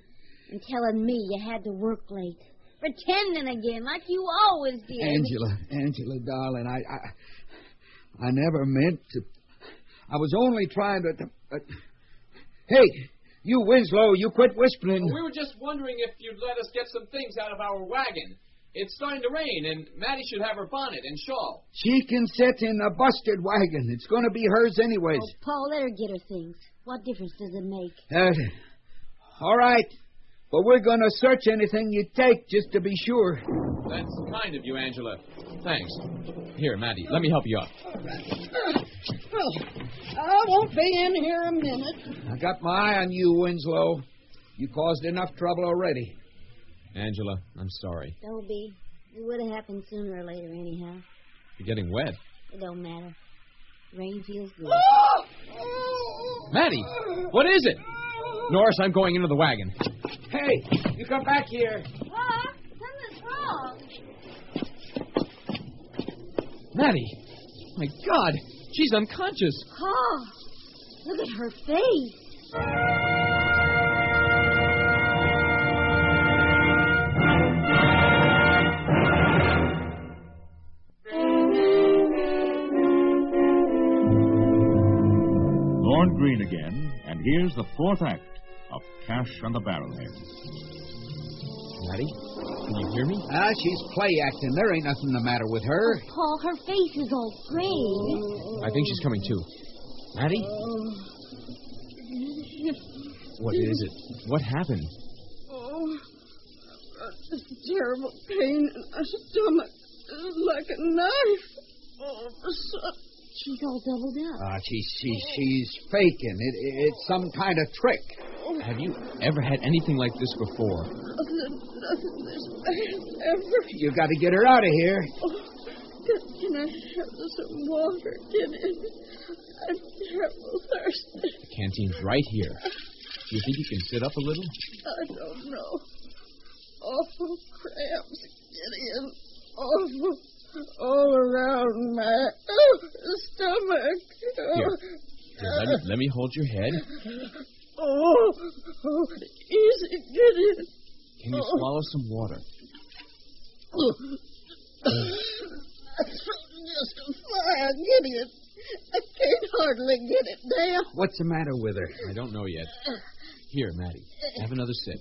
[SPEAKER 11] and telling me you had to work late. Pretending again, like you always did.
[SPEAKER 10] Angela, Angela, darling, I, I, I never meant to. I was only trying to. to- uh, hey, you Winslow, you quit whispering.
[SPEAKER 12] We were just wondering if you'd let us get some things out of our wagon. It's starting to rain, and Maddie should have her bonnet and shawl.
[SPEAKER 10] She can sit in a busted wagon. It's going to be hers anyways.
[SPEAKER 11] Oh, Paul, let her get her things. What difference does it make?
[SPEAKER 10] Uh, all right, but we're going to search anything you take just to be sure.
[SPEAKER 12] That's kind of you, Angela.
[SPEAKER 8] Thanks. Here, Maddie, let me help you up.
[SPEAKER 5] Oh, I won't be in here a minute.
[SPEAKER 10] I got my eye on you, Winslow. You caused enough trouble already.
[SPEAKER 8] Angela, I'm sorry.
[SPEAKER 11] Don't be. It would have happened sooner or later, anyhow.
[SPEAKER 8] You're getting wet.
[SPEAKER 11] It don't matter. Rain feels good.
[SPEAKER 8] Maddie, what is it? Norris, I'm going into the wagon.
[SPEAKER 10] Hey, you come back here.
[SPEAKER 11] Pop, something's wrong.
[SPEAKER 8] Maddie, my God, she's unconscious.
[SPEAKER 11] Paul, look at her face.
[SPEAKER 3] Lorne Green again, and here's the fourth act of Cash and the Barrelhead.
[SPEAKER 8] Maddie, can you hear me?
[SPEAKER 10] Ah, she's play acting. There ain't nothing the matter with her.
[SPEAKER 11] Paul, her face is all gray.
[SPEAKER 8] I think she's coming too. Maddie?
[SPEAKER 7] Oh.
[SPEAKER 8] What is it? What happened?
[SPEAKER 7] Oh, uh, it's terrible pain in my stomach, uh, like a knife. Oh, so-
[SPEAKER 11] She's all doubled up.
[SPEAKER 10] Ah, she, she, she's faking. It, it, it's some kind of trick.
[SPEAKER 8] Have you ever had anything like this before?
[SPEAKER 7] nothing, nothing this bad ever.
[SPEAKER 10] You got to get her out of here.
[SPEAKER 7] Oh. Can, can I have some water? Get in. I'm terrible thirsty.
[SPEAKER 8] The canteen's right here. Do you think you can sit up a little?
[SPEAKER 7] I don't know. Awful cramps get in. Awful. All around my oh, stomach.
[SPEAKER 8] Here. Here, let, me, let me hold your head.
[SPEAKER 7] Oh, oh, easy, get in.
[SPEAKER 8] Can you swallow some water?
[SPEAKER 7] Oh. Just fine, get in. I can't hardly get it down.
[SPEAKER 10] What's the matter with her?
[SPEAKER 8] I don't know yet. Here, Maddie, have another sip.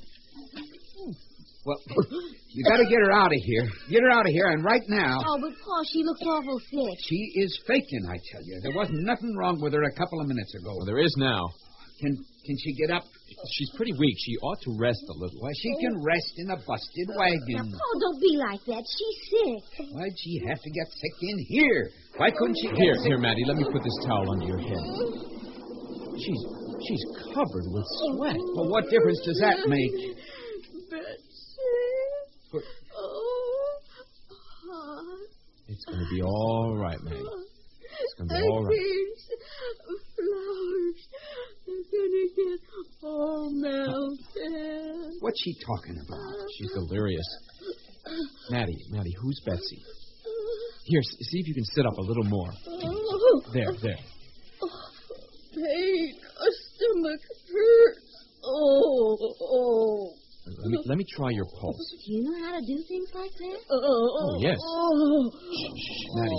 [SPEAKER 10] Well, you got to get her out of here. Get her out of here, and right now.
[SPEAKER 11] Oh, but Paul, she looks awful sick.
[SPEAKER 10] She is faking, I tell you. There wasn't nothing wrong with her a couple of minutes ago.
[SPEAKER 8] Well, there is now.
[SPEAKER 10] Can can she get up?
[SPEAKER 8] She's pretty weak. She ought to rest a little.
[SPEAKER 10] Why, she can rest in a busted wagon.
[SPEAKER 11] Paul, don't be like that. She's sick.
[SPEAKER 10] Mm. Why'd she have to get sick in here? Why couldn't she get
[SPEAKER 8] Here,
[SPEAKER 10] sick?
[SPEAKER 8] here, Maddie, let me put this towel under your head. She's she's covered with sweat.
[SPEAKER 10] Well, what difference does that make?
[SPEAKER 7] Betsy. Oh, Hot.
[SPEAKER 8] It's going to be all right, Maddie. It's going to be all right.
[SPEAKER 7] These flowers are gonna get all melted.
[SPEAKER 10] What's she talking about?
[SPEAKER 8] She's delirious. Maddie, Maddie, who's Betsy? Here, s- see if you can sit up a little more.
[SPEAKER 7] Oh,
[SPEAKER 8] There, there.
[SPEAKER 7] pain. A stomach hurt. Oh, oh.
[SPEAKER 8] Let me, let me try your pulse.
[SPEAKER 11] Do you know how to do things like that?
[SPEAKER 7] Oh, oh,
[SPEAKER 8] yes.
[SPEAKER 7] Oh,
[SPEAKER 8] Maddie,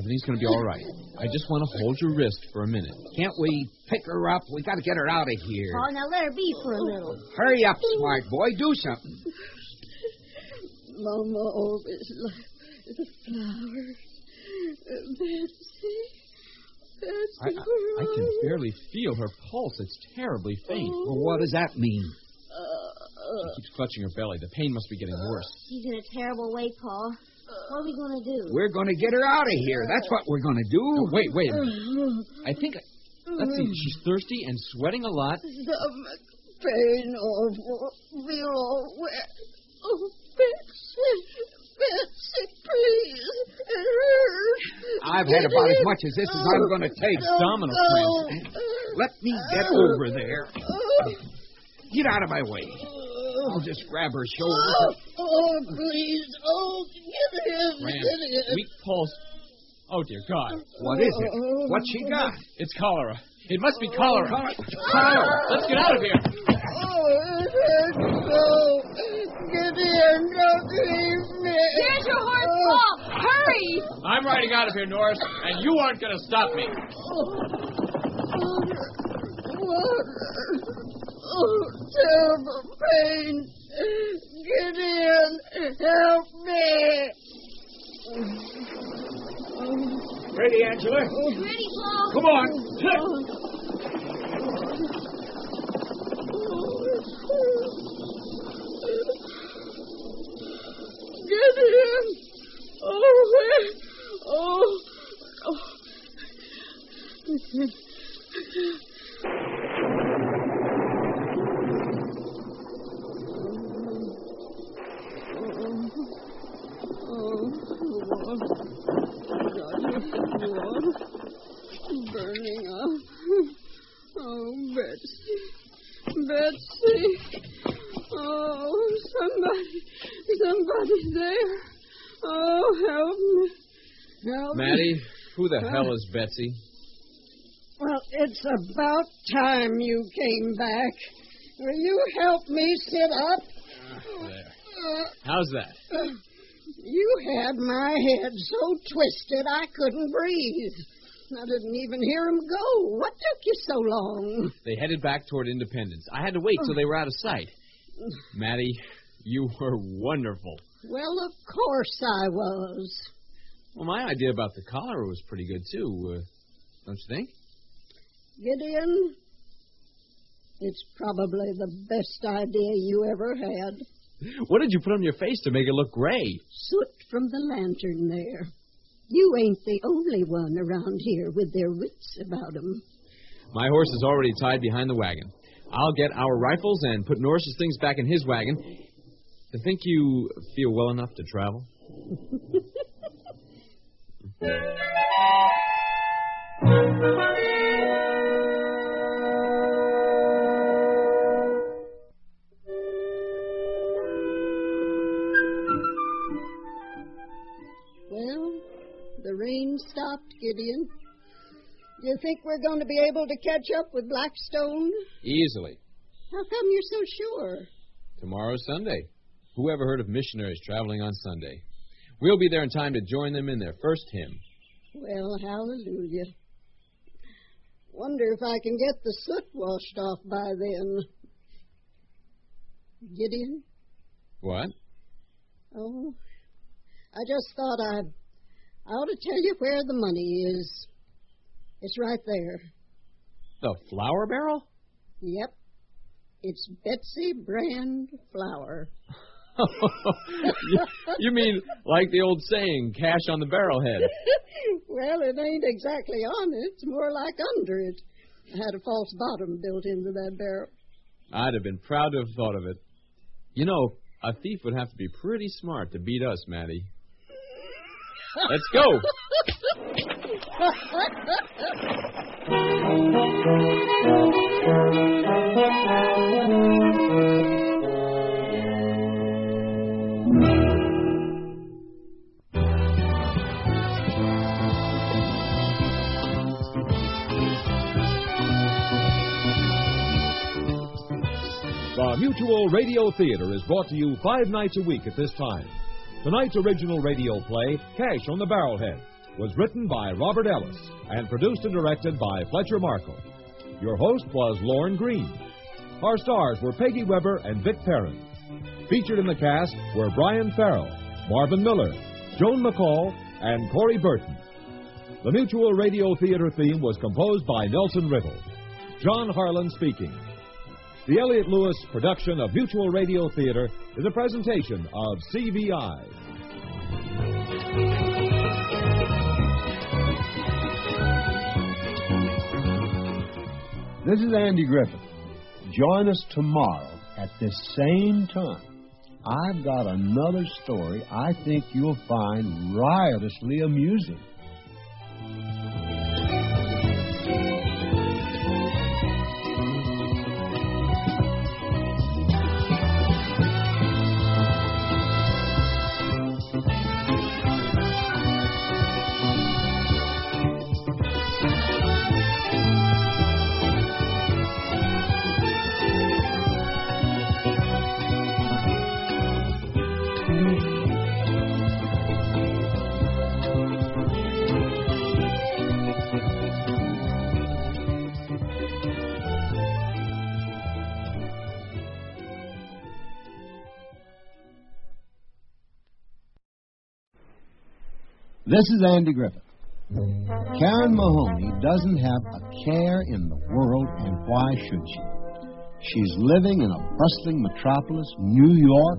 [SPEAKER 8] everything's going to be all right. I just want to hold your wrist for a minute.
[SPEAKER 10] Can't we pick her up? We got to get her out of here.
[SPEAKER 11] Paul, now let her be for a little.
[SPEAKER 10] Hurry up, smart boy. Do something.
[SPEAKER 7] Mama
[SPEAKER 13] oh,
[SPEAKER 7] always loved the flowers. Betsy. Betsy,
[SPEAKER 8] I, I, I
[SPEAKER 7] where
[SPEAKER 8] can
[SPEAKER 7] are you?
[SPEAKER 8] barely feel her pulse. It's terribly faint.
[SPEAKER 10] Well, what does that mean?
[SPEAKER 11] Uh,
[SPEAKER 8] She keeps clutching her belly. The pain must be getting worse.
[SPEAKER 11] She's in a terrible way, Paul. What are we going to do?
[SPEAKER 10] We're going to get her out of here. That's what we're going to do.
[SPEAKER 8] Wait, wait a minute. I think. Let's see. She's thirsty and sweating a lot.
[SPEAKER 7] stomach pain awful. Feel all wet. Oh, Betsy, Betsy, please. It hurts.
[SPEAKER 10] I I've had about as much as this as I'm going to
[SPEAKER 13] Oh,
[SPEAKER 10] take.
[SPEAKER 13] Abdominal oh,
[SPEAKER 10] cramps. Let me get over there. Get out of my way. I'll just grab her
[SPEAKER 13] Oh,
[SPEAKER 10] shoulder.
[SPEAKER 13] oh, please. Oh, get him.
[SPEAKER 8] Ram,
[SPEAKER 13] Get him.
[SPEAKER 8] weak pulse. Oh, dear God.
[SPEAKER 10] What is it? What's she got?
[SPEAKER 8] It's cholera. It must be cholera.
[SPEAKER 13] Cholera.
[SPEAKER 8] Cholera. Let's get out of here.
[SPEAKER 13] Oh, it hurts so. Get him. Don't leave me. Oh.
[SPEAKER 11] There's your horse, Paul. Hurry.
[SPEAKER 12] I'm riding out of here, Norris, and you aren't going to stop me.
[SPEAKER 13] Oh, terrible pain. Gideon, help me.
[SPEAKER 9] Ready, Angela?
[SPEAKER 13] Ready, Paul?
[SPEAKER 9] Come on.
[SPEAKER 13] Gideon. Oh, where? Oh. oh.
[SPEAKER 5] Lord, burning up. Oh, Betsy, Betsy. Oh, somebody, somebody there. Oh, help me, help me.
[SPEAKER 8] Maddie, who the hell is Betsy?
[SPEAKER 5] Well, it's about time you came back.
[SPEAKER 13] Will you help me sit up?
[SPEAKER 8] How's that?
[SPEAKER 5] You had my head so twisted I couldn't breathe. I didn't even hear him go. What took you so long?
[SPEAKER 8] They headed back toward Independence. I had to wait till they were out of sight. Maddie, you were wonderful.
[SPEAKER 5] Well, of course I was.
[SPEAKER 8] Well, my idea about the cholera was pretty good, too. Uh, don't you think?
[SPEAKER 5] Gideon, it's probably the best idea you ever had.
[SPEAKER 8] What did you put on your face to make it look gray?
[SPEAKER 5] Soot from the lantern there. You ain't the only one around here with their wits about 'em.
[SPEAKER 8] My horse is already tied behind the wagon. I'll get our rifles and put Norris's things back in his wagon. To think you feel well enough to travel?
[SPEAKER 5] Well, the rain stopped, Gideon. You think we're going to be able to catch up with Blackstone?
[SPEAKER 8] Easily.
[SPEAKER 5] How come you're so sure?
[SPEAKER 8] Tomorrow's Sunday. Whoever heard of missionaries traveling on Sunday? We'll be there in time to join them in their first hymn.
[SPEAKER 5] Well, hallelujah. Wonder if I can get the soot washed off by then. Gideon?
[SPEAKER 8] What?
[SPEAKER 5] Oh, I just thought I, I ought to tell you where the money is. It's right there.
[SPEAKER 8] The flour barrel?
[SPEAKER 5] Yep. It's Betsy Brand Flour.
[SPEAKER 8] you mean like the old saying, cash on the barrel head?
[SPEAKER 5] well, it ain't exactly on it. It's more like under it. I had a false bottom built into that barrel.
[SPEAKER 8] I'd have been proud to have thought of it. You know, a thief would have to be pretty smart to beat us, Maddie. Let's go.
[SPEAKER 6] The Mutual Radio Theater is brought to you five nights a week at this time. Tonight's original radio play, Cash on the Barrelhead, was written by Robert Ellis and produced and directed by Fletcher Markle. Your host was Lorne Green. Our stars were Peggy Weber and Vic Perrin. Featured in the cast were Brian Farrell, Marvin Miller, Joan McCall, and Corey Burton. The Mutual Radio Theater theme was composed by Nelson Riddle. John Harlan speaking. The Elliott Lewis production of Mutual Radio Theater is a presentation of CVI.
[SPEAKER 14] This is Andy Griffith. Join us tomorrow at this same time. I've got another story I think you'll find riotously amusing. This is Andy Griffith. Karen Mahoney doesn't have a care in the world, and why should she? She's living in a bustling metropolis, New York,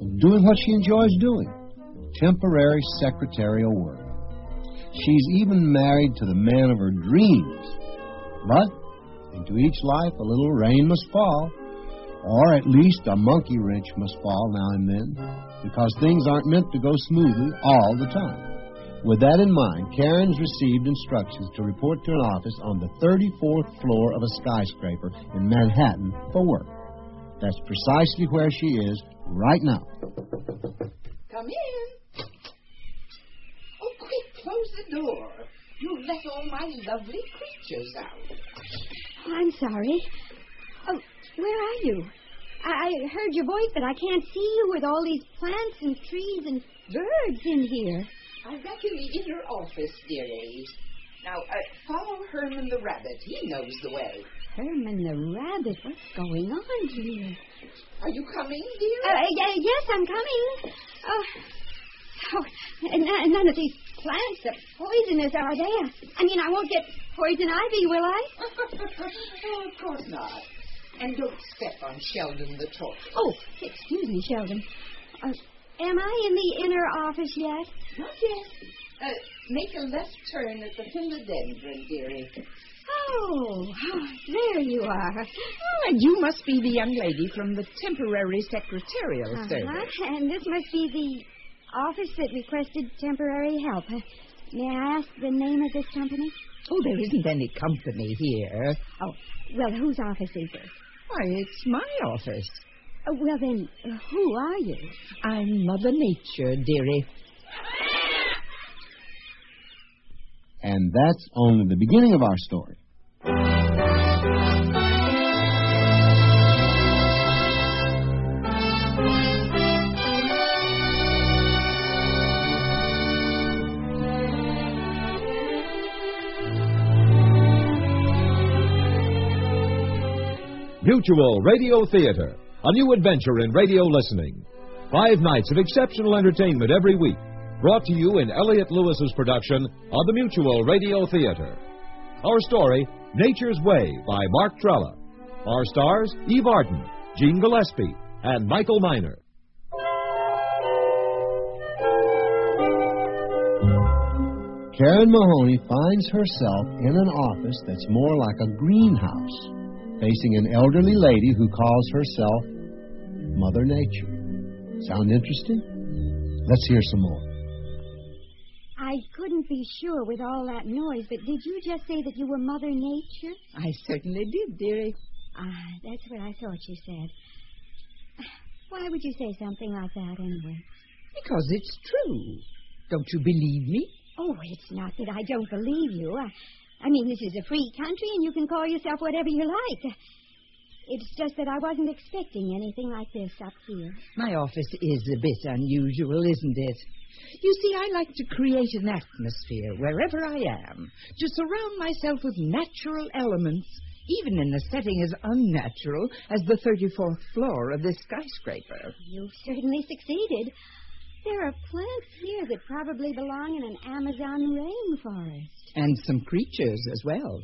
[SPEAKER 14] and doing what she enjoys doing temporary secretarial work. She's even married to the man of her dreams. But into each life a little rain must fall, or at least a monkey wrench must fall now and then, because things aren't meant to go smoothly all the time. With that in mind, Karen's received instructions to report to an office on the 34th floor of a skyscraper in Manhattan for work. That's precisely where she is right now.
[SPEAKER 7] Come in. Oh, quick, close the door. You let all Oh, my lovely creatures out.
[SPEAKER 15] I'm sorry. Oh, where are you? I, I heard your voice, but I can't see you with all these plants and trees and birds in here.
[SPEAKER 7] I've got you the inner office, dearie. Now, uh, follow Herman the rabbit. He knows the way.
[SPEAKER 15] Herman the rabbit, what's going on here?
[SPEAKER 7] Are you coming, dear?
[SPEAKER 15] Uh, y- yes, I'm coming. Oh, oh n- n- none of these plants are poisonous, are they? I mean, I won't get poison ivy, will I?
[SPEAKER 7] oh, of course not. And don't step on Sheldon the tortoise.
[SPEAKER 15] Oh, excuse me, Sheldon. Uh, am I in the inner office yet?
[SPEAKER 7] Not yet. Uh, make a left turn at the philodendron, dearie.
[SPEAKER 15] Oh,
[SPEAKER 16] ah,
[SPEAKER 15] there you are.
[SPEAKER 16] Oh, and you must be the young lady from the temporary secretarial service.
[SPEAKER 15] Uh-huh. And this must be the office that requested temporary help. Uh, May I ask the name of this company?
[SPEAKER 16] Oh, there isn't any company here.
[SPEAKER 15] Oh, well, whose office is this?
[SPEAKER 16] Why, it's my office.
[SPEAKER 7] Oh,
[SPEAKER 15] Uh, well, then, uh, who are you?
[SPEAKER 16] I'm Mother Nature, dearie.
[SPEAKER 14] And that's only the beginning of our story.
[SPEAKER 6] Mutual Radio Theater, a new adventure in radio listening. Five nights of exceptional entertainment every week, brought to you in Elliot Lewis's production of the Mutual Radio Theater. Our story, Nature's Way by Mark Trella. Our stars, Eve Arden, Gene Gillespie, and Michael Miner.
[SPEAKER 14] Karen Mahoney finds herself in an office that's more like a greenhouse, facing an elderly lady who calls herself Mother Nature. Sound interesting? Let's hear some more.
[SPEAKER 15] I couldn't be sure with all that noise, but did you just say that you were Mother Nature?
[SPEAKER 16] I certainly did, dearie.
[SPEAKER 15] Ah, that's what I thought you said. Why would you say something like that, anyway?
[SPEAKER 16] Because it's true. Don't you believe me?
[SPEAKER 15] Oh, it's not that I don't believe you. I, I mean, this is a free country, and you can call yourself whatever you like. It's just that I wasn't expecting anything like this up here.
[SPEAKER 16] My office is a bit unusual, isn't it? You see, I like to create an atmosphere wherever I am, to surround myself with natural elements, even in a setting as unnatural as the 34th floor of this skyscraper.
[SPEAKER 15] You've certainly succeeded. There are plants here that probably belong in an Amazon rainforest.
[SPEAKER 16] And some creatures as well.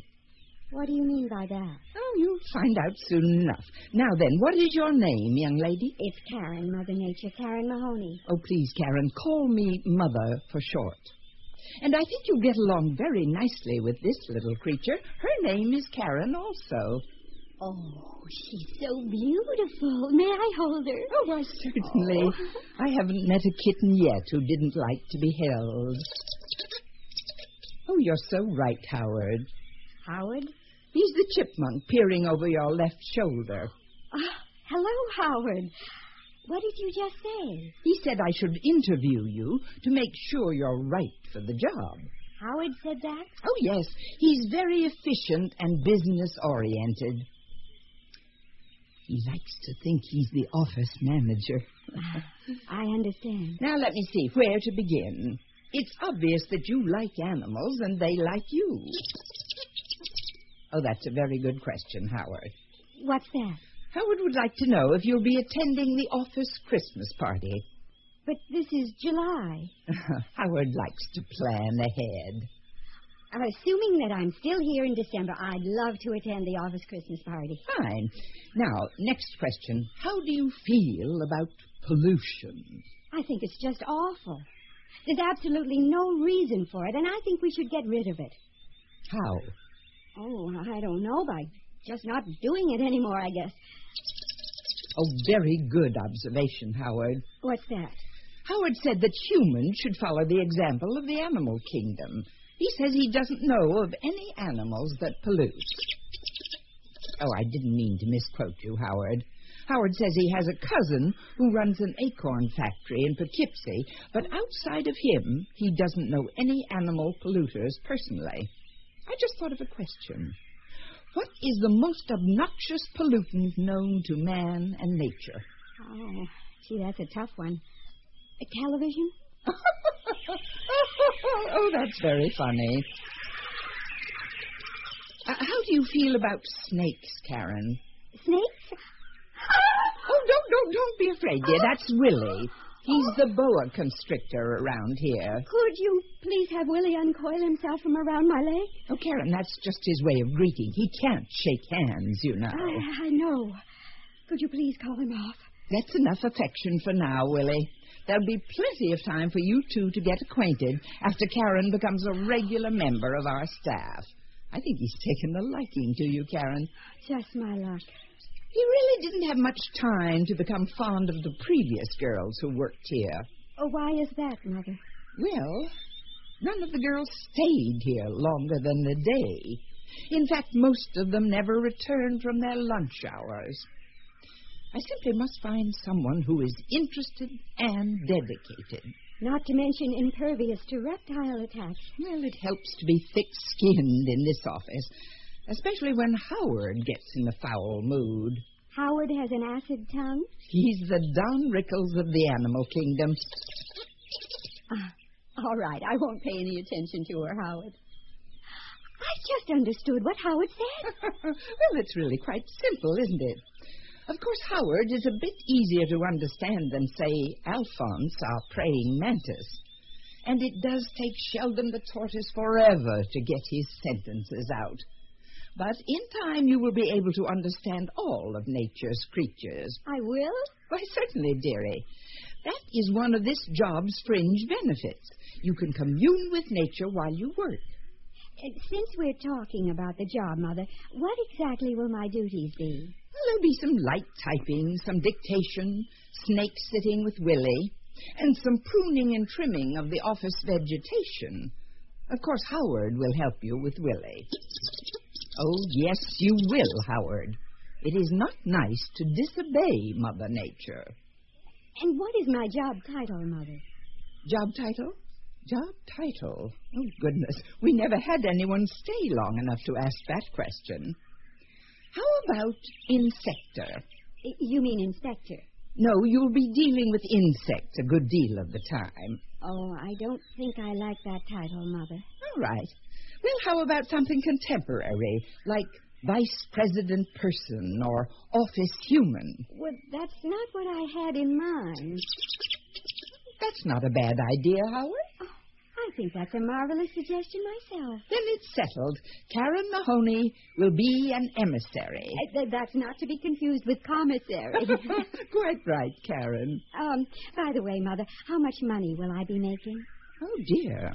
[SPEAKER 15] What do you mean by that?
[SPEAKER 16] Oh, you'll find out soon enough. Now then, what is your name, young lady?
[SPEAKER 15] It's Karen, Mother Nature, Karen Mahoney.
[SPEAKER 16] Oh, please, Karen, call me Mother for short. And I think you'll get along very nicely with this little creature. Her name is Karen also.
[SPEAKER 15] Oh, she's so beautiful. May I hold her?
[SPEAKER 16] Oh, why, certainly. I haven't met a kitten yet who didn't like to be held. Oh, you're so right, Howard.
[SPEAKER 15] Howard?
[SPEAKER 16] He's the chipmunk peering over your left shoulder.
[SPEAKER 15] Ah, hello, Howard. What did you just say?
[SPEAKER 16] He said I should interview you to make sure you're right for the job.
[SPEAKER 15] Howard said that?
[SPEAKER 16] Oh, yes. He's very efficient and business oriented. He likes to think he's the office manager.
[SPEAKER 15] I understand.
[SPEAKER 16] now, let me see where to begin. It's obvious that you like animals and they like you. Oh, that's a very good question, Howard.
[SPEAKER 15] What's that?
[SPEAKER 16] Howard would like to know if you'll be attending the office Christmas party.
[SPEAKER 15] But this is July.
[SPEAKER 16] Howard likes to plan ahead.
[SPEAKER 15] Assuming that I'm still here in December, I'd love to attend the office Christmas party.
[SPEAKER 16] Fine. Now, next question. How do you feel about pollution?
[SPEAKER 15] I think it's just awful. There's absolutely no reason for it, and I think we should get rid of it.
[SPEAKER 16] How?
[SPEAKER 15] Oh, I don't know, by just not doing it anymore, I guess.
[SPEAKER 16] A very good observation, Howard.
[SPEAKER 15] What's that?
[SPEAKER 16] Howard said that humans should follow the example of the animal kingdom. He says he doesn't know of any animals that pollute. Oh, I didn't mean to misquote you, Howard. Howard says he has a cousin who runs an acorn factory in Poughkeepsie, but outside of him, he doesn't know any animal polluters personally. I just thought of a question. What is the most obnoxious pollutant known to man and nature?
[SPEAKER 15] Oh, gee, that's a tough one. A television?
[SPEAKER 16] oh, that's very funny. Uh, how do you feel about snakes, Karen?
[SPEAKER 15] Snakes?
[SPEAKER 16] Oh, don't, don't, don't be afraid, dear.
[SPEAKER 15] Oh,
[SPEAKER 16] That's Willie. He's the boa constrictor around here.
[SPEAKER 15] Could you please have Willie uncoil himself from around my leg?
[SPEAKER 16] Oh, Karen, that's just his way of greeting. He can't shake hands, you know.
[SPEAKER 15] I, I know. Could you please call him off?
[SPEAKER 16] That's enough affection for now, Willie. There'll be plenty of time for you two to get acquainted after Karen becomes a regular member of our staff. I think he's taken a liking to you, Karen.
[SPEAKER 15] Just my luck.
[SPEAKER 16] He really didn't have much time to become fond of the previous girls who worked here.
[SPEAKER 15] Oh, why is that, Mother?
[SPEAKER 16] Well, none of the girls stayed here longer than the day. In fact, most of them never returned from their lunch hours. I simply must find someone who is interested and dedicated.
[SPEAKER 15] Not to mention impervious to reptile attacks.
[SPEAKER 16] Well, it helps to be thick skinned in this office, especially when Howard gets in a foul mood.
[SPEAKER 15] Howard has an acid tongue?
[SPEAKER 16] He's the Don Rickles of the animal kingdom.
[SPEAKER 15] Ah, all right, I won't pay any attention to her, Howard. I just understood what Howard said.
[SPEAKER 16] well, it's really quite simple, isn't it? Of course, Howard is a bit easier to understand than, say, Alphonse, our praying mantis. And it does take Sheldon the tortoise forever to get his sentences out. But in time, you will be able to understand all of nature's creatures.
[SPEAKER 15] I will?
[SPEAKER 16] Why, certainly, dearie. That is one of this job's fringe benefits. You can commune with nature while you work.
[SPEAKER 15] Uh, Since we're talking about the job, Mother, what exactly will my duties be?
[SPEAKER 16] Well, there'll be some light typing, some dictation, snake sitting with Willie, and some pruning and trimming of the office vegetation. Of course, Howard will help you with Willie. Oh, yes, you will, Howard. It is not nice to disobey Mother Nature.
[SPEAKER 15] And what is my job title, Mother?
[SPEAKER 16] Job title? Job title? Oh, goodness. We never had anyone stay long enough to ask that question. How about inspector?
[SPEAKER 15] I- You mean inspector?
[SPEAKER 16] No, you'll be dealing with insects a good deal of the time.
[SPEAKER 15] Oh, I don't think I like that title, Mother.
[SPEAKER 16] All right. Well, how about something contemporary, like vice president person or office human?
[SPEAKER 15] Well, that's not what I had in mind.
[SPEAKER 16] That's not a bad idea, Howard.
[SPEAKER 15] I think that's a marvelous suggestion myself.
[SPEAKER 16] Then it's settled. Karen Mahoney will be an emissary.
[SPEAKER 15] Uh, th- that's not to be confused with commissary.
[SPEAKER 16] Quite right, Karen.
[SPEAKER 15] um, by the way, Mother, how much money will I be making?
[SPEAKER 16] Oh, dear.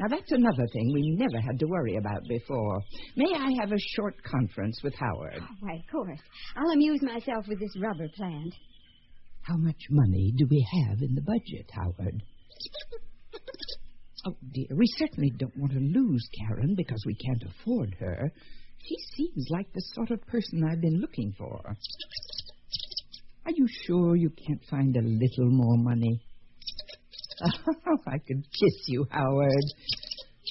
[SPEAKER 16] Now, that's another thing we never had to worry about before. May I have a short conference with Howard?
[SPEAKER 15] Why, of course. I'll amuse myself with this rubber plant.
[SPEAKER 16] How much money do we have in the budget, Howard? Oh, dear. We certainly don't want to lose Karen because we can't afford her. She seems like the sort of person I've been looking for. Are you sure you can't find a little more money? Oh, I could kiss you, Howard.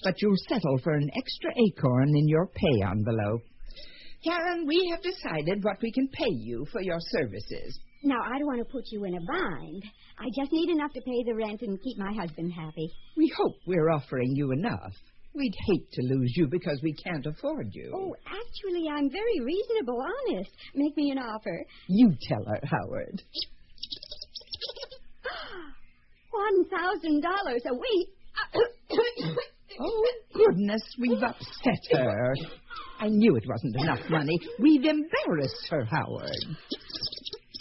[SPEAKER 16] But you'll settle for an extra acorn in your pay envelope. Karen, we have decided what we can pay you for your services.
[SPEAKER 15] Now, I don't want to put you in a bind. I just need enough to pay the rent and keep my husband happy.
[SPEAKER 16] We hope we're offering you enough. We'd hate to lose you because we can't afford you.
[SPEAKER 15] Oh, actually, I'm very reasonable, honest. Make me an offer.
[SPEAKER 16] You tell her, Howard.
[SPEAKER 15] One thousand dollars a week.
[SPEAKER 16] Oh, goodness, we've upset her. I knew it wasn't enough money. We've embarrassed her, Howard.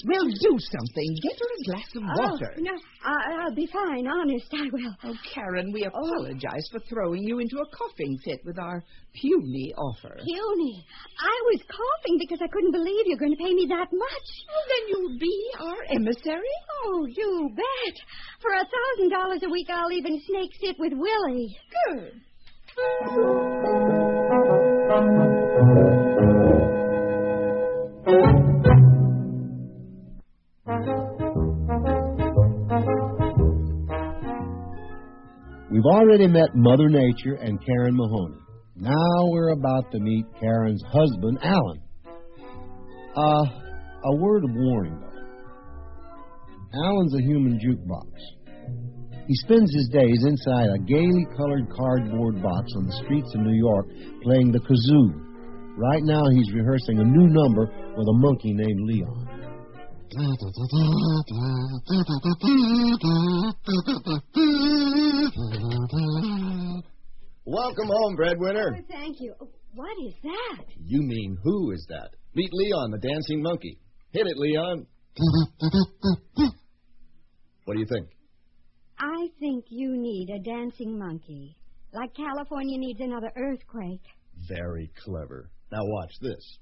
[SPEAKER 16] We'll do something. Get her a glass of water.
[SPEAKER 15] Oh, no, I, I'll be fine. Honest, I will.
[SPEAKER 16] Oh, Karen, we apologize for throwing you into a coughing fit with our puny offer.
[SPEAKER 15] Puny, I was coughing because I couldn't believe you're going to pay me that much.
[SPEAKER 16] Well, then you'll be our emissary.
[SPEAKER 15] Oh, you bet. For a thousand dollars a week, I'll even snake sit with Willie.
[SPEAKER 16] Good.
[SPEAKER 14] We've already met Mother Nature and Karen Mahoney. Now we're about to meet Karen's husband, Alan. Uh, a word of warning, though. Alan's a human jukebox. He spends his days inside a gaily colored cardboard box on the streets of New York playing the kazoo. Right now, he's rehearsing a new number with a monkey named Leon.
[SPEAKER 17] Welcome home, breadwinner.
[SPEAKER 15] Thank you. Oh, What is that?
[SPEAKER 17] You mean who is that? Meet Leon, the dancing monkey. Hit it, Leon. What do you think?
[SPEAKER 15] I think you need a dancing monkey, like California needs another earthquake.
[SPEAKER 17] Very clever. Now watch this.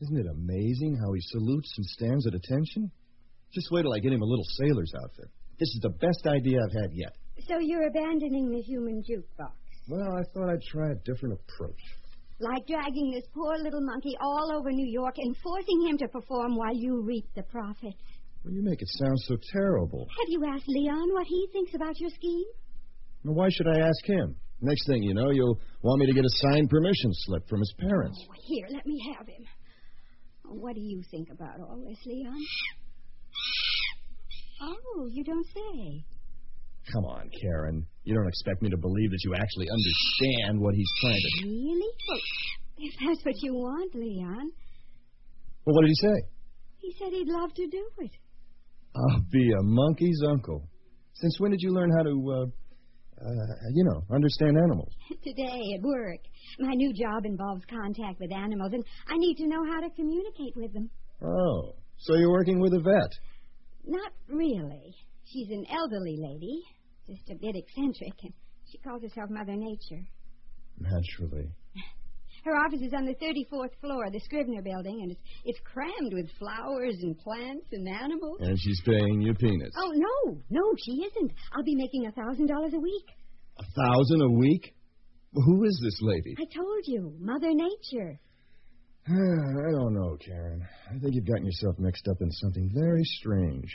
[SPEAKER 17] Isn't it amazing how he salutes and stands at attention? Just wait till I get him a little sailor's outfit. This is the best idea I've had yet.
[SPEAKER 15] So you're abandoning the human jukebox,
[SPEAKER 17] Well, I thought I'd try a different approach.
[SPEAKER 15] like dragging this poor little monkey all over New York and forcing him to perform while you reap the profits.
[SPEAKER 17] Well, you make it sound so terrible.
[SPEAKER 15] Have you asked Leon what he thinks about your scheme?
[SPEAKER 17] Now, why should I ask him? Next thing you know, you'll want me to get a signed permission slip from his parents.
[SPEAKER 15] Oh, here, let me have him. Oh, What do you think about all this, Leon? Oh, you don't say.
[SPEAKER 17] Come on, Karen. You don't expect me to believe that you actually understand what he's trying to.
[SPEAKER 15] Really? Well, if that's what you want, Leon,
[SPEAKER 17] Well, what did he say?
[SPEAKER 15] he said he'd love to do it.
[SPEAKER 17] I'll be a monkey's uncle. Since when did you learn how to, uh, uh, you know, understand animals?
[SPEAKER 15] Today at work. My new job involves contact with animals, and I need to know how to communicate with them.
[SPEAKER 17] Oh, so you're working with a vet.
[SPEAKER 15] Not really. She's an elderly lady, just a bit eccentric, and she calls herself Mother Nature.
[SPEAKER 17] Naturally.
[SPEAKER 15] Her office is on the 34th floor of the Scrivener building, and it's, it's crammed with flowers and plants and animals.
[SPEAKER 17] And she's paying you peanuts.
[SPEAKER 15] Oh, no, no, she isn't. I'll be making a $1,000 a week.
[SPEAKER 17] A thousand a week? Who is this lady?
[SPEAKER 15] I told you, Mother Nature.
[SPEAKER 17] I don't know, Karen. I think you've gotten yourself mixed up in something very strange.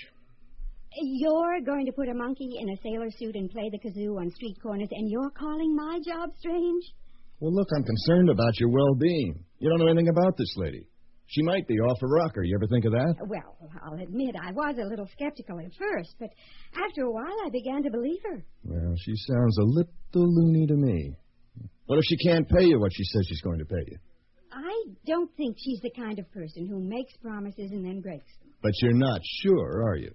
[SPEAKER 15] You're going to put a monkey in a sailor suit and play the kazoo on street corners, and you're calling my job strange?
[SPEAKER 17] Well, look, I'm concerned about your well being. You don't know anything about this lady. She might be off her rocker. You ever think of that?
[SPEAKER 15] Well, I'll admit I was a little skeptical at first, but after a while I began to believe her.
[SPEAKER 17] Well, she sounds a little loony to me. What if she can't pay you what she says she's going to pay you?
[SPEAKER 15] I don't think she's the kind of person who makes promises and then breaks them.
[SPEAKER 17] But you're not sure, are you?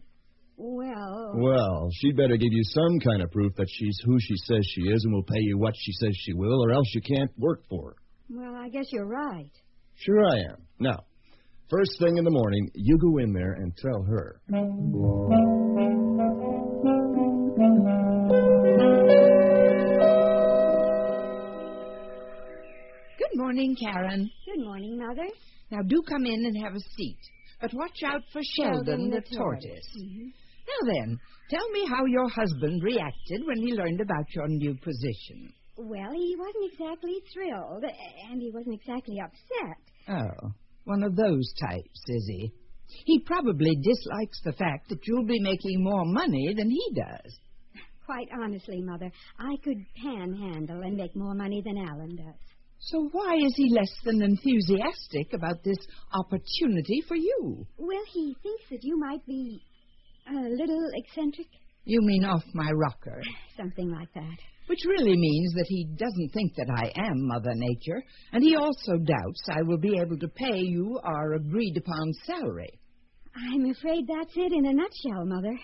[SPEAKER 15] Well,
[SPEAKER 17] Well, she'd better give you some kind of proof that she's who she says she is and will pay you what she says she will, or else you can't work for her.
[SPEAKER 15] well, I guess you're right.
[SPEAKER 17] Sure I am. Now, first thing in the morning, you go in there and tell her.
[SPEAKER 15] Mm-hmm.
[SPEAKER 16] Good morning, Karen.
[SPEAKER 15] Good morning, Mother.
[SPEAKER 16] Now do come in and have a seat. But watch out for Sheldon, the, tortoise.
[SPEAKER 15] Mhm.
[SPEAKER 16] Now then, tell me how your husband reacted when he learned about your new position.
[SPEAKER 15] Well, he wasn't exactly thrilled, and he wasn't exactly upset.
[SPEAKER 16] Oh, one of those types, is he? He probably dislikes the fact that you'll be making more money than he does.
[SPEAKER 15] Quite honestly, Mother, I could panhandle and make more money than Alan does.
[SPEAKER 16] So why is he less than enthusiastic about this opportunity for you?
[SPEAKER 15] Well, he thinks that you might be a little eccentric,
[SPEAKER 16] You mean off my rocker?
[SPEAKER 15] something like that.
[SPEAKER 16] which really means that he doesn't think that I am Mother Nature, and he also doubts I will be able to pay you our agreed upon salary.
[SPEAKER 15] I'm afraid that's it in a nutshell, Mother.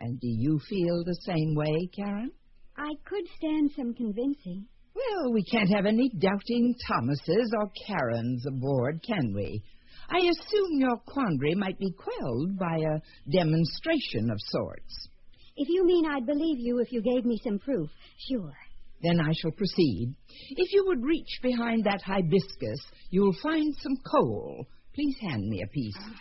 [SPEAKER 16] And do you feel the same way, Karen?
[SPEAKER 15] I could stand some convincing.
[SPEAKER 16] Well, we can't have any doubting Thomases or Karens aboard, can we? I assume your quandary might be quelled by a demonstration of sorts.
[SPEAKER 15] If you mean I'd believe you if you gave me some proof, sure.
[SPEAKER 16] Then I shall proceed. If you would reach behind that hibiscus, you'll find some coal. Please hand me a piece.
[SPEAKER 15] Ah.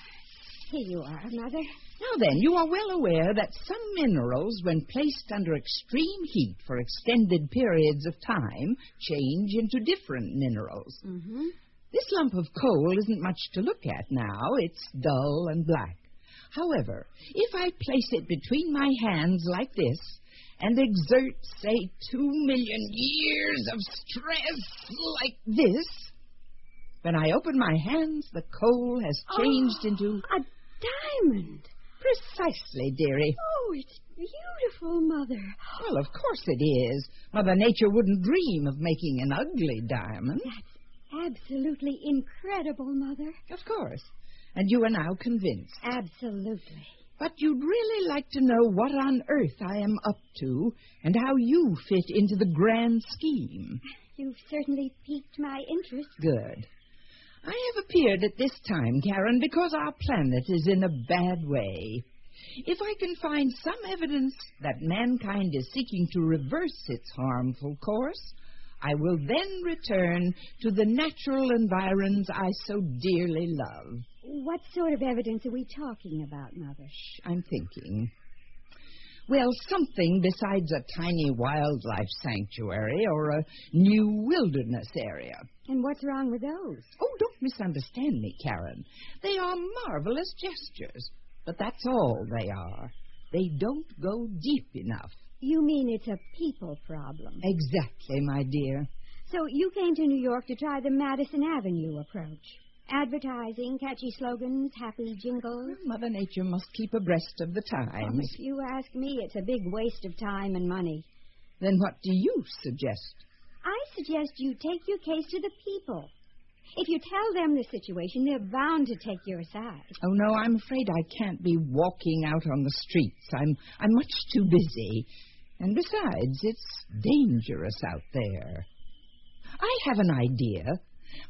[SPEAKER 15] Here you are, Mother.
[SPEAKER 16] Now then, you are well aware that some minerals, when placed under extreme heat for extended periods of time, change into different minerals.
[SPEAKER 15] Mm-hmm.
[SPEAKER 16] This lump of coal isn't much to look at now. It's dull and black. However, if I place it between my hands like this and exert, say, two million years of stress like this, when I open my hands, the coal has changed into.
[SPEAKER 15] Oh, A diamond!
[SPEAKER 16] Precisely, dearie.
[SPEAKER 15] Oh, it's beautiful, Mother.
[SPEAKER 16] Well, of course it is. Mother Nature wouldn't dream of making an ugly diamond.
[SPEAKER 15] Absolutely incredible, Mother.
[SPEAKER 16] Of course. And you are now convinced.
[SPEAKER 15] Absolutely.
[SPEAKER 16] But you'd really like to know what on earth I am up to and how you fit into the grand scheme.
[SPEAKER 15] You've certainly piqued my interest.
[SPEAKER 16] Good. I have appeared at this time, Karen, because our planet is in a bad way. If I can find some evidence that mankind is seeking to reverse its harmful course, I will then return to the natural environs I so dearly love.
[SPEAKER 15] What sort of evidence are we talking about, Mother?
[SPEAKER 16] I'm thinking. Well, something besides a tiny wildlife sanctuary or a new wilderness area.
[SPEAKER 15] And what's wrong with those?
[SPEAKER 16] Oh, don't misunderstand me, Karen. They are marvelous gestures, but that's all they are. They don't go deep enough.
[SPEAKER 15] You mean it's a people problem?
[SPEAKER 16] Exactly, my dear.
[SPEAKER 15] So you came to New York to try the Madison Avenue approach. Advertising, catchy slogans, happy jingles.
[SPEAKER 16] Mother Nature must keep abreast of the
[SPEAKER 15] Um,
[SPEAKER 16] times.
[SPEAKER 15] If you ask me, it's a big waste of time and money.
[SPEAKER 16] Then what do you suggest?
[SPEAKER 15] I suggest you take your case to the people. If you tell them the situation, they're bound to take your side.
[SPEAKER 16] Oh no, I'm afraid I can't be walking out on the streets. I'm I'm much too busy. And besides, it's dangerous out there. I have an idea.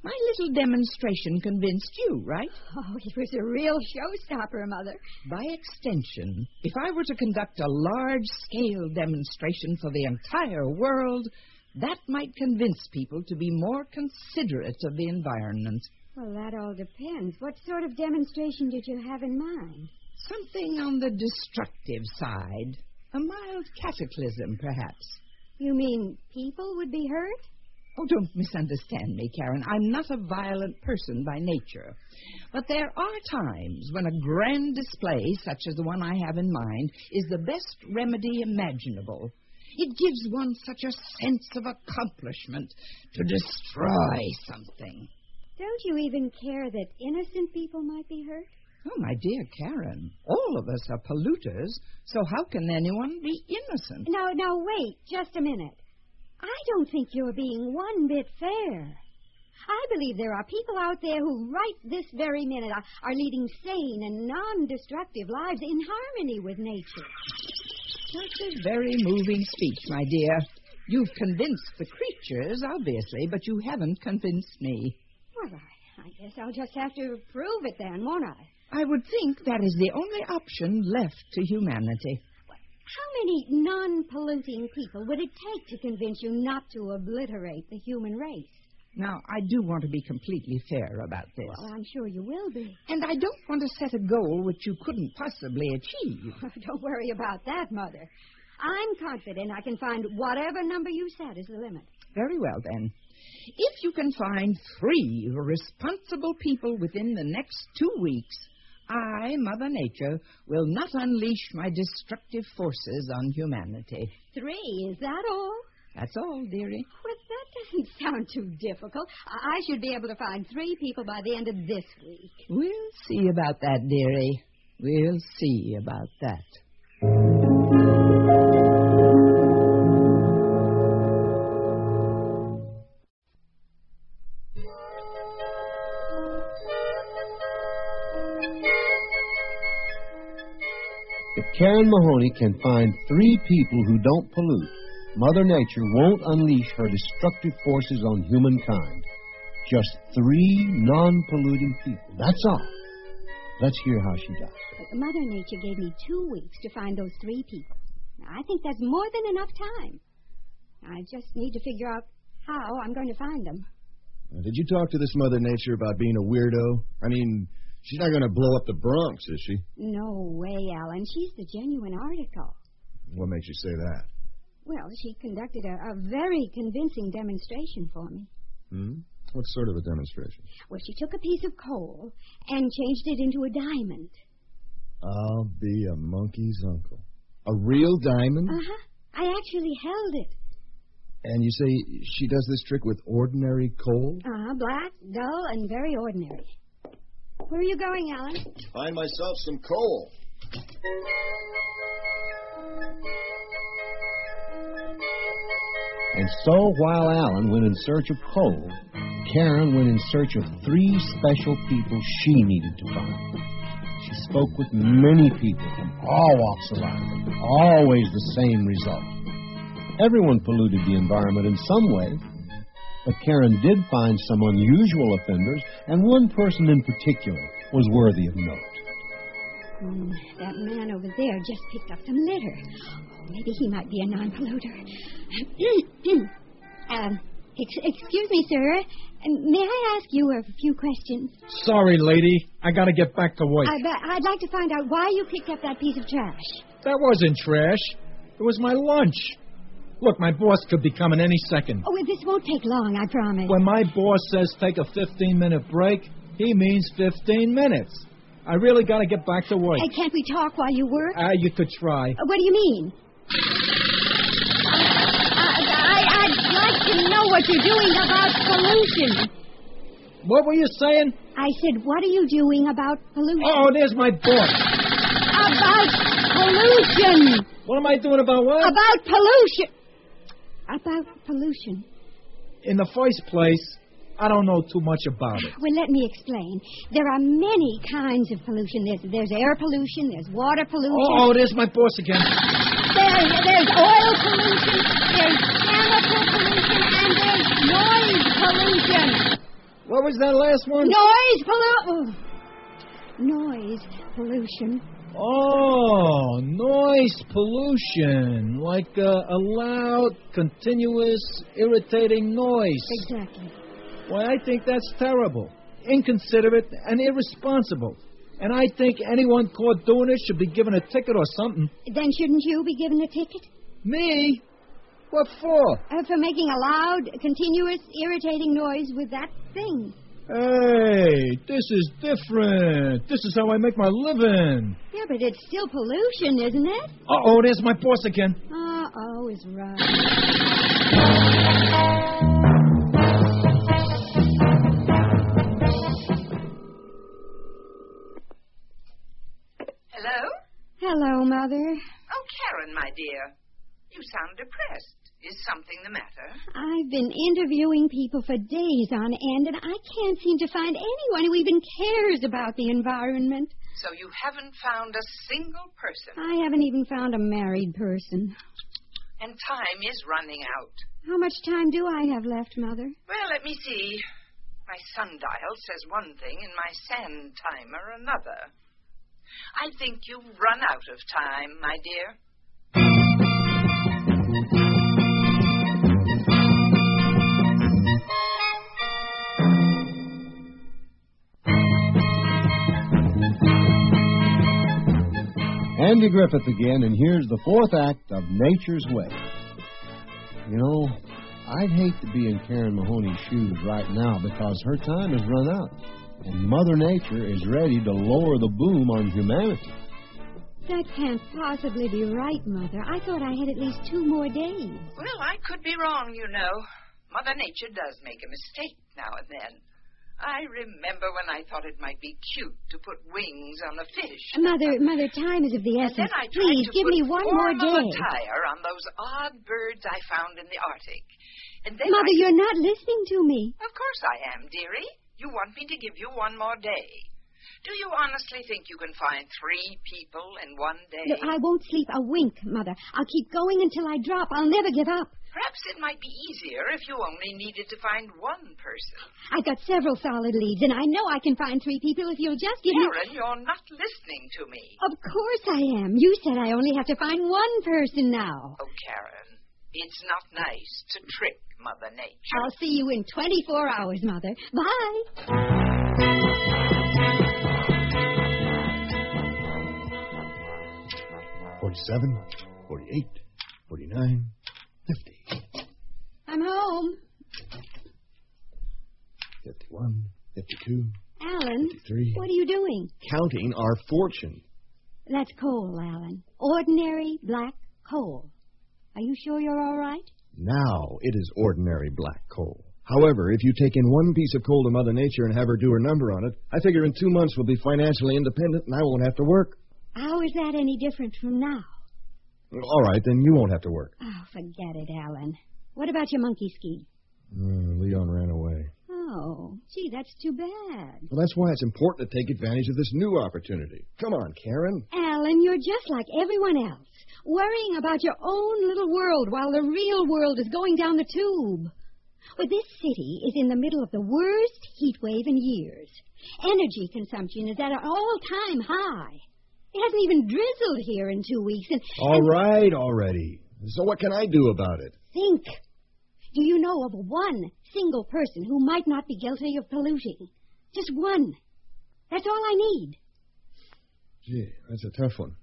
[SPEAKER 16] My little demonstration convinced you, right?
[SPEAKER 15] Oh, it was a real showstopper, Mother.
[SPEAKER 16] By extension, if I were to conduct a large scale demonstration for the entire world, that might convince people to be more considerate of the environment.
[SPEAKER 15] Well, that all depends. What sort of demonstration did you have in mind?
[SPEAKER 16] Something on the destructive side. A mild cataclysm, perhaps.
[SPEAKER 15] You mean people would be hurt?
[SPEAKER 16] Oh, don't misunderstand me, Karen. I'm not a violent person by nature. But there are times when a grand display, such as the one I have in mind, is the best remedy imaginable. It gives one such a sense of accomplishment to destroy something.
[SPEAKER 15] Don't you even care that innocent people might be hurt?
[SPEAKER 16] Oh, my dear Karen, all of us are polluters, so how can anyone be innocent?
[SPEAKER 15] No, no, wait just a minute. I don't think you're being one bit fair. I believe there are people out there who, right this very minute, are, are leading sane and non destructive lives in harmony with nature.
[SPEAKER 16] That's a very moving speech, my dear. You've convinced the creatures, obviously, but you haven't convinced me.
[SPEAKER 15] Well, I, I guess I'll just have to prove it then, won't I?
[SPEAKER 16] I would think that is the only option left to humanity.
[SPEAKER 15] How many non polluting people would it take to convince you not to obliterate the human race?
[SPEAKER 16] Now, I do want to be completely fair about this.
[SPEAKER 15] Well, Oh, I'm sure you will be.
[SPEAKER 16] And I don't want to set a goal which you couldn't possibly achieve.
[SPEAKER 15] Don't worry about that, Mother. I'm confident I can find whatever number you set is the limit.
[SPEAKER 16] Very well, then. If you can find three responsible people within the next two weeks, I, Mother Nature, will not unleash my destructive forces on humanity.
[SPEAKER 15] Three, is that all?
[SPEAKER 16] That's all, dearie.
[SPEAKER 15] Well, that doesn't sound too difficult. I I should be able to find three people by the end of this week.
[SPEAKER 16] We'll see about that, dearie. We'll see about that.
[SPEAKER 14] If Karen Mahoney can find three people who don't pollute, Mother Nature won't unleash her destructive forces on humankind. Just three non polluting people. That's all. Let's hear how she does.
[SPEAKER 15] Mother Nature gave me two weeks to find those three people. I think that's more than enough time. I just need to figure out how I'm going to find them.
[SPEAKER 17] Uh, Did you talk to this Mother Nature about being a weirdo? I mean, she's not going to blow up the Bronx, is she?
[SPEAKER 15] No way, Alan. She's the genuine article.
[SPEAKER 17] What makes you say that?
[SPEAKER 15] Well, she conducted a, a very convincing demonstration for me.
[SPEAKER 17] Hmm? What sort of a demonstration?
[SPEAKER 15] Well, she took a piece of coal and changed it into a diamond.
[SPEAKER 17] I'll be a monkey's uncle. A real diamond?
[SPEAKER 15] Uh huh. I actually held it.
[SPEAKER 17] And you say she does this trick with ordinary coal?
[SPEAKER 15] Uh huh. Black, dull, and very ordinary. Where are you going, Alan?
[SPEAKER 18] Find myself some coal.
[SPEAKER 14] And so while Alan went in search of coal, Karen went in search of three special people she needed to find. She spoke with many people from all walks of life, always the same result. Everyone polluted the environment in some way, but Karen did find some unusual offenders, and one person in particular was worthy of note.
[SPEAKER 15] Hmm, that man over there just picked up some litter. Oh, maybe he might be a non-polluter. um, ex- excuse me, sir. Um, May I ask you a few questions?
[SPEAKER 19] Sorry, lady. I gotta get back to work.
[SPEAKER 15] I, but I'd like to find out why you picked up that piece of trash.
[SPEAKER 19] That wasn't trash. It was my lunch. Look, my boss could be coming any second.
[SPEAKER 15] Oh, well, this won't take long, I promise.
[SPEAKER 19] When my boss says take a 15 minute break, he means 15 minutes. I really gotta get back to work.
[SPEAKER 15] Uh, can't we talk while you work?
[SPEAKER 19] Ah, you could try.
[SPEAKER 15] Uh, what do you mean? I, I, I'd like to know what you're doing about pollution.
[SPEAKER 19] What were you saying?
[SPEAKER 15] I said, what are you doing about pollution?
[SPEAKER 19] Oh, there's my boss.
[SPEAKER 15] About pollution.
[SPEAKER 19] What am I doing about what?
[SPEAKER 15] About pollution. About pollution.
[SPEAKER 19] In the first place, I don't know too much about it.
[SPEAKER 15] Well, let me explain. There are many kinds of pollution. There's, there's air pollution, there's water pollution.
[SPEAKER 19] Oh, oh, there's my boss again.
[SPEAKER 15] There, there's oil pollution, there's chemical pollution, and there's noise pollution.
[SPEAKER 19] What was that last one?
[SPEAKER 15] Noise pollution. Noise pollution.
[SPEAKER 19] Oh, noise pollution. Like uh, a loud, continuous, irritating noise.
[SPEAKER 15] Exactly.
[SPEAKER 19] Why, I think that's terrible, inconsiderate, and irresponsible. And I think anyone caught doing it should be given a ticket or something.
[SPEAKER 15] Then shouldn't you be given a ticket?
[SPEAKER 19] Me? What for?
[SPEAKER 15] Uh, for making a loud, continuous, irritating noise with that thing.
[SPEAKER 19] Hey, this is different. This is how I make my living.
[SPEAKER 15] Yeah, but it's still pollution, isn't it?
[SPEAKER 19] Uh oh, there's my boss again.
[SPEAKER 15] Uh oh, is right.
[SPEAKER 13] Hello?
[SPEAKER 15] Hello, Mother.
[SPEAKER 13] Oh, Karen, my dear. You sound depressed. Is something the matter?
[SPEAKER 15] I've been interviewing people for days on end, and I can't seem to find anyone who even cares about the environment.
[SPEAKER 13] So you haven't found a single person,
[SPEAKER 15] I haven't even found a married person.
[SPEAKER 13] and time is running out.
[SPEAKER 15] How much time do I have left, Mother?
[SPEAKER 13] Well, let me see. My sundial says one thing and my sand timer another. I think you've run out of time, my dear.
[SPEAKER 14] Andy Griffith again, and here's the fourth act of Nature's Way. You know, I'd hate to be in Karen Mahoney's shoes right now because her time has run out, and Mother Nature is ready to lower the boom on humanity.
[SPEAKER 15] That can't possibly be right, Mother. I thought I had at least two more days.
[SPEAKER 13] Well, I could be wrong, you know. Mother Nature does make a mistake now and then. I remember when I thought it might be cute to put wings on a fish.
[SPEAKER 15] Mother, Mother, time is of the
[SPEAKER 13] And then
[SPEAKER 15] essence.
[SPEAKER 13] I tried
[SPEAKER 15] Please
[SPEAKER 13] to
[SPEAKER 15] give
[SPEAKER 13] put
[SPEAKER 15] me one more
[SPEAKER 13] form of
[SPEAKER 15] day.
[SPEAKER 13] attire on those odd birds I found in the Arctic. And then
[SPEAKER 15] Mother,
[SPEAKER 13] I-
[SPEAKER 15] you're not listening to me.
[SPEAKER 13] Of course I am, dearie. You want me to give you one more day. Do you honestly think you can find three people in one day?
[SPEAKER 15] Look, I won't sleep a wink, Mother. I'll keep going until I drop. I'll never give up.
[SPEAKER 13] Perhaps it might be easier if you only needed to find one person.
[SPEAKER 15] I've got several solid leads, and I know I can find three people if you'll just give
[SPEAKER 13] Karen,
[SPEAKER 15] me.
[SPEAKER 13] you're not listening to me.
[SPEAKER 15] Of course I am. You said I only have to find one person now.
[SPEAKER 13] Oh, Karen, it's not nice to trick Mother Nature.
[SPEAKER 15] I'll see you in 24 hours, Mother. Bye.
[SPEAKER 14] Forty-seven, forty-eight, forty-nine.
[SPEAKER 15] I'm home.
[SPEAKER 14] 51, 52,
[SPEAKER 15] Alan,
[SPEAKER 14] 53.
[SPEAKER 15] what are you doing?
[SPEAKER 14] Counting our fortune.
[SPEAKER 15] That's coal, Alan. Ordinary black coal. Are you sure you're all right?
[SPEAKER 17] Now it is ordinary black coal. However, if you take in one piece of coal to Mother Nature and have her do her number on it, I figure in two months we'll be financially independent and I won't have to work.
[SPEAKER 15] How is that any different from now?
[SPEAKER 17] All right, then you won't have to work.
[SPEAKER 15] Oh, forget it, Alan. What about your monkey ski?
[SPEAKER 17] Mm, Leon ran away.
[SPEAKER 15] Oh, gee, that's too bad.
[SPEAKER 17] Well, that's why it's important to take advantage of this new opportunity. Come on, Karen.
[SPEAKER 15] Alan, you're just like everyone else, worrying about your own little world while the real world is going down the tube. Well, this city is in the middle of the worst heat wave in years. Energy consumption is at an all-time high. It hasn't even drizzled here in two weeks, and
[SPEAKER 17] All right, already. So what can I do about it?
[SPEAKER 15] Think. Do you know of one single person who might not be guilty of polluting? Just one. That's all I need.
[SPEAKER 17] Gee, that's a tough one.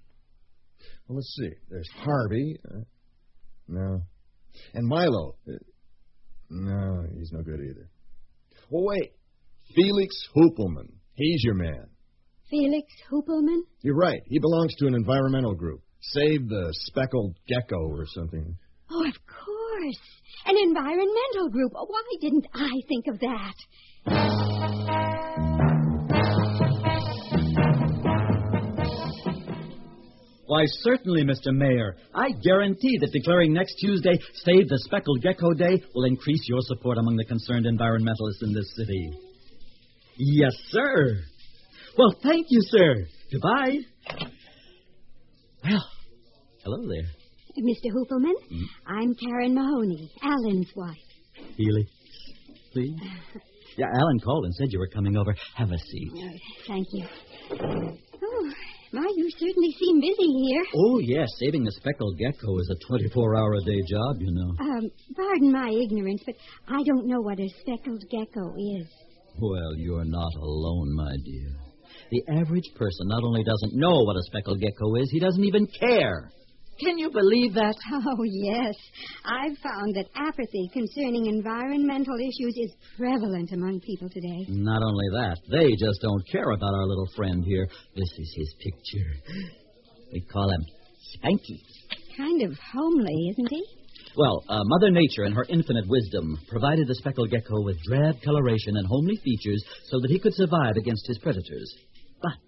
[SPEAKER 17] Well, let's see. There's Harvey. Uh, no. And Milo. Uh, no, he's no good either. Oh, wait. Felix Hoopelman. He's your man.
[SPEAKER 15] Felix Hoopelman?
[SPEAKER 17] You're right. He belongs to an environmental group. Save the speckled gecko or something.
[SPEAKER 15] Oh, of course. An environmental group. Oh, Why didn't I think of that?
[SPEAKER 20] Why, certainly, Mr. Mayor. I guarantee that declaring next Tuesday Save the Speckled Gecko Day will increase your support among the concerned environmentalists in this city. Yes, sir. Well, thank you, sir. Goodbye. Well, hello there,
[SPEAKER 15] Mr. Hoopelman, I'm Karen Mahoney, Alan's wife.
[SPEAKER 20] Healy. Please? Yeah, Alan called and said you were coming over. Have a seat.
[SPEAKER 15] Oh, thank you. Oh, my, you certainly seem busy here.
[SPEAKER 20] Oh, yes, saving the speckled gecko is a 24 hour a day job, you know.
[SPEAKER 15] Um, pardon my ignorance, but I don't know what a speckled gecko is.
[SPEAKER 20] Well, you're not alone, my dear. The average person not only doesn't know what a speckled gecko is, he doesn't even care. Can you believe that?
[SPEAKER 15] Oh, yes. I've found that apathy concerning environmental issues is prevalent among people today.
[SPEAKER 20] Not only that, they just don't care about our little friend here. This is his picture. We call him Spanky.
[SPEAKER 15] Kind of homely, isn't he?
[SPEAKER 20] Well, uh, Mother Nature, in her infinite wisdom, provided the speckled gecko with drab coloration and homely features so that he could survive against his predators. But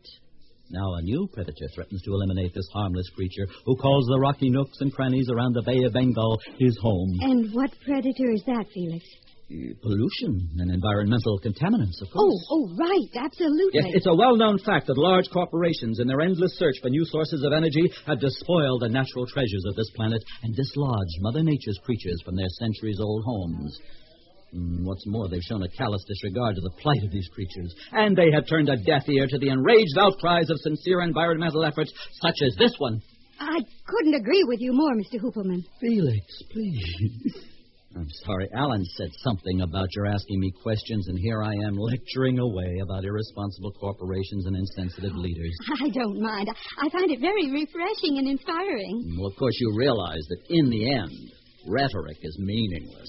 [SPEAKER 20] now a new predator threatens to eliminate this harmless creature who calls the rocky nooks and crannies around the Bay of Bengal his home.
[SPEAKER 15] And what predator is that, Felix?
[SPEAKER 20] Uh, Pollution and environmental contaminants, of
[SPEAKER 15] Oh,
[SPEAKER 20] course.
[SPEAKER 15] oh, right, absolutely.
[SPEAKER 20] Yes, it's a well known fact that large corporations, in their endless search for new sources of energy, have despoiled the natural treasures of this planet and dislodged Mother Nature's creatures from their centuries old homes. Mm, What's more, they've shown a callous disregard to the plight of these creatures, and they have turned a deaf ear to the enraged outcries of sincere environmental efforts such as this one.
[SPEAKER 15] I couldn't agree with you more, Mr. Hoopelman.
[SPEAKER 20] Felix, please. I'm sorry, Alan said something about your asking me questions, and here I am lecturing away about irresponsible corporations and insensitive leaders.
[SPEAKER 15] I don't mind. I find it very refreshing and inspiring.
[SPEAKER 20] Well, of course, you realize that in the end, rhetoric is meaningless.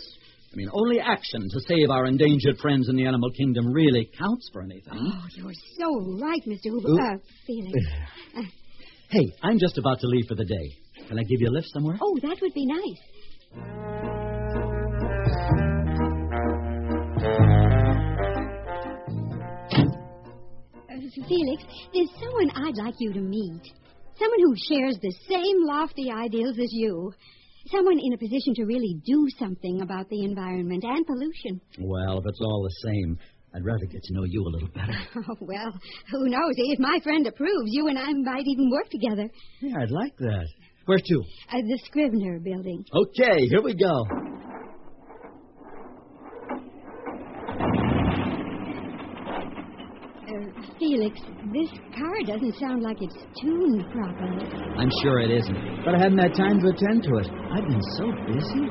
[SPEAKER 20] I mean, only action to save our endangered friends in the animal kingdom really counts for anything.
[SPEAKER 15] Oh, you're so right, Mr.
[SPEAKER 20] Oop.
[SPEAKER 15] Hoopelman. Uh, Felix.
[SPEAKER 20] Hey, I'm just about to leave for the day. Can I give you a lift somewhere?
[SPEAKER 15] Oh, that would be nice. Uh, Felix, there's someone I'd like you to meet. Someone who shares the same lofty ideals as you. Someone in a position to really do something about the environment and pollution.
[SPEAKER 20] Well, if it's all the same, I'd rather get to know you a little better.
[SPEAKER 15] Oh, well, who knows? If my friend approves, you and I might even work together.
[SPEAKER 20] Yeah, I'd like that. Where to?
[SPEAKER 15] Uh, the Scrivener building.
[SPEAKER 20] Okay, here we go.
[SPEAKER 15] Uh, Felix, this car doesn't sound like it's tuned properly.
[SPEAKER 20] I'm sure it isn't, but I hadn't had time to attend to it. I've been so busy.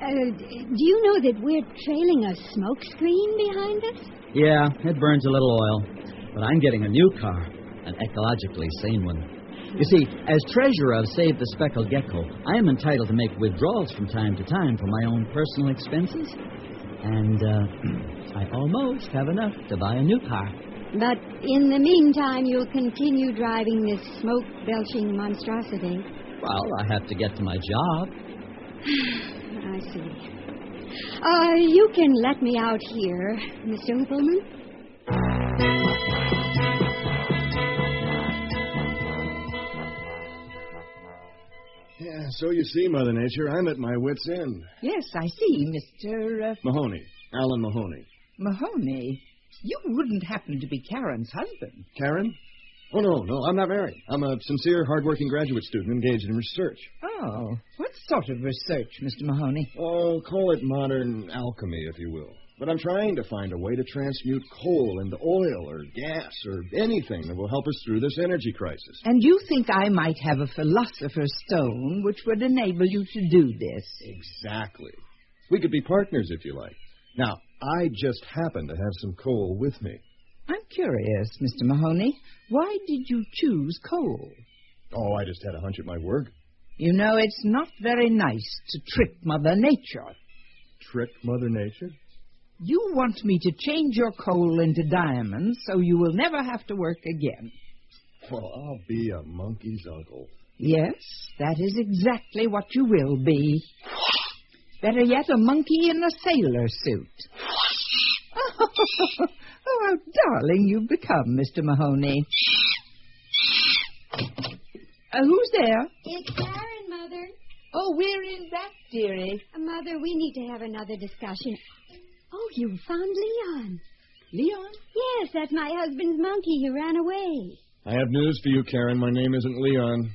[SPEAKER 15] Uh, d- do you know that we're trailing a smoke screen behind us?
[SPEAKER 20] Yeah, it burns a little oil, but I'm getting a new car, an ecologically sane one. You see, as treasurer of Save the Speckled Gecko, I am entitled to make withdrawals from time to time for my own personal expenses, and uh, I almost have enough to buy a new car.
[SPEAKER 15] But in the meantime, you'll continue driving this smoke belching monstrosity.
[SPEAKER 20] Well, I have to get to my job.
[SPEAKER 15] I see. Uh, you can let me out here, Mr. Whippleman.
[SPEAKER 18] Yeah, so you see, Mother Nature, I'm at my wits' end.
[SPEAKER 16] Yes, I see, Mr. Uh,
[SPEAKER 18] Mahoney, Alan Mahoney.
[SPEAKER 16] Mahoney. You wouldn't happen to be Karen's husband.
[SPEAKER 18] Karen? Oh, no, no, I'm not married. I'm a sincere, hardworking graduate student engaged in research.
[SPEAKER 16] Oh, what sort of research, Mr. Mahoney?
[SPEAKER 18] Oh, call it modern alchemy, if you will. But I'm trying to find a way to transmute coal into oil or gas or anything that will help us through this energy crisis.
[SPEAKER 16] And you think I might have a philosopher's stone which would enable you to do this?
[SPEAKER 18] Exactly. We could be partners, if you like. Now, I just happen to have some coal with me.
[SPEAKER 16] I'm curious, Mr. Mahoney. Why did you choose coal?
[SPEAKER 18] Oh, I just had a hunch at my work.
[SPEAKER 16] You know, it's not very nice to trick Mother Nature.
[SPEAKER 18] Trick Mother Nature?
[SPEAKER 16] You want me to change your coal into diamonds so you will never have to work again.
[SPEAKER 18] Well, I'll be a monkey's uncle.
[SPEAKER 16] Yes, that is exactly what you will be. Better yet, a monkey in a sailor suit. Oh, how darling you've become, Mr. Mahoney. Uh, who's there?
[SPEAKER 15] It's Karen, Mother.
[SPEAKER 16] Oh, we're in back, dearie.
[SPEAKER 15] Uh, Mother, we need to have another discussion. Oh, you found Leon.
[SPEAKER 16] Leon?
[SPEAKER 15] Yes, that's my husband's monkey who ran away.
[SPEAKER 18] I have news for you, Karen. My name isn't Leon.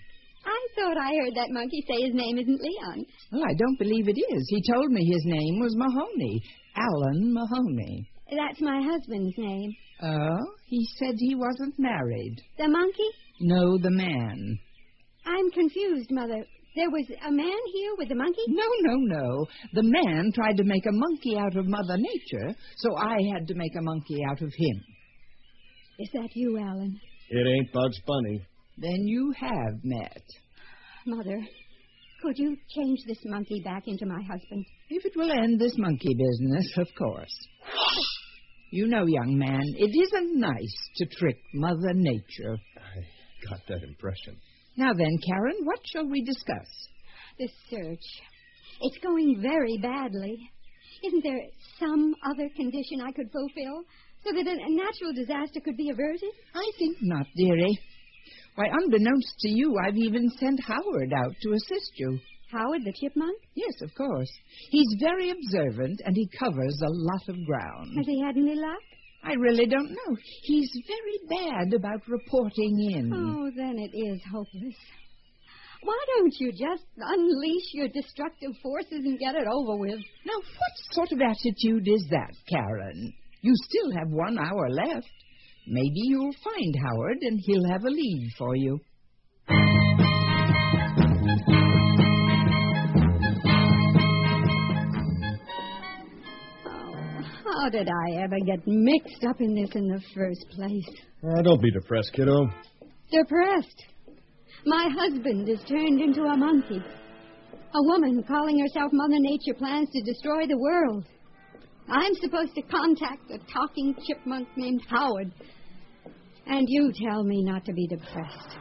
[SPEAKER 15] I thought I heard that monkey say his name isn't Leon.
[SPEAKER 16] Well, I don't believe it is. He told me his name was Mahoney, Alan Mahoney.
[SPEAKER 15] That's my husband's name.
[SPEAKER 16] Oh, he said he wasn't married.
[SPEAKER 15] The monkey?
[SPEAKER 16] No, the man.
[SPEAKER 15] I'm confused, Mother. There was a man here with a monkey?
[SPEAKER 16] No, no, no. The man tried to make a monkey out of Mother Nature, so I had to make a monkey out of him.
[SPEAKER 15] Is that you, Alan?
[SPEAKER 18] It ain't Bugs Bunny.
[SPEAKER 16] Then you have met.
[SPEAKER 15] Mother, could you change this monkey back into my husband?
[SPEAKER 16] If it will end this monkey business, of course. You know, young man, it isn't nice to trick Mother Nature.
[SPEAKER 18] I got that impression.
[SPEAKER 16] Now then, Karen, what shall we discuss?
[SPEAKER 15] This search. It's going very badly. Isn't there some other condition I could fulfill so that a a natural disaster could be averted?
[SPEAKER 16] I think not, dearie. Why, unbeknownst to you, I've even sent Howard out to assist you.
[SPEAKER 15] Howard the chipmunk?
[SPEAKER 16] Yes, of course. He's very observant and he covers a lot of ground.
[SPEAKER 15] Has he had any luck?
[SPEAKER 16] I really don't know. He's very bad about reporting in.
[SPEAKER 15] Oh, then it is hopeless. Why don't you just unleash your destructive forces and get it over with?
[SPEAKER 16] Now, what sort of attitude is that, Karen? You still have one hour left. Maybe you'll find Howard and he'll have a lead for you.
[SPEAKER 15] How did I ever get mixed up in this in the first place?
[SPEAKER 18] Ah, don't be depressed, kiddo.
[SPEAKER 15] Depressed. My husband is turned into a monkey. A woman calling herself Mother Nature plans to destroy the world. I'm supposed to contact a talking chipmunk named Howard. And you tell me not to be depressed.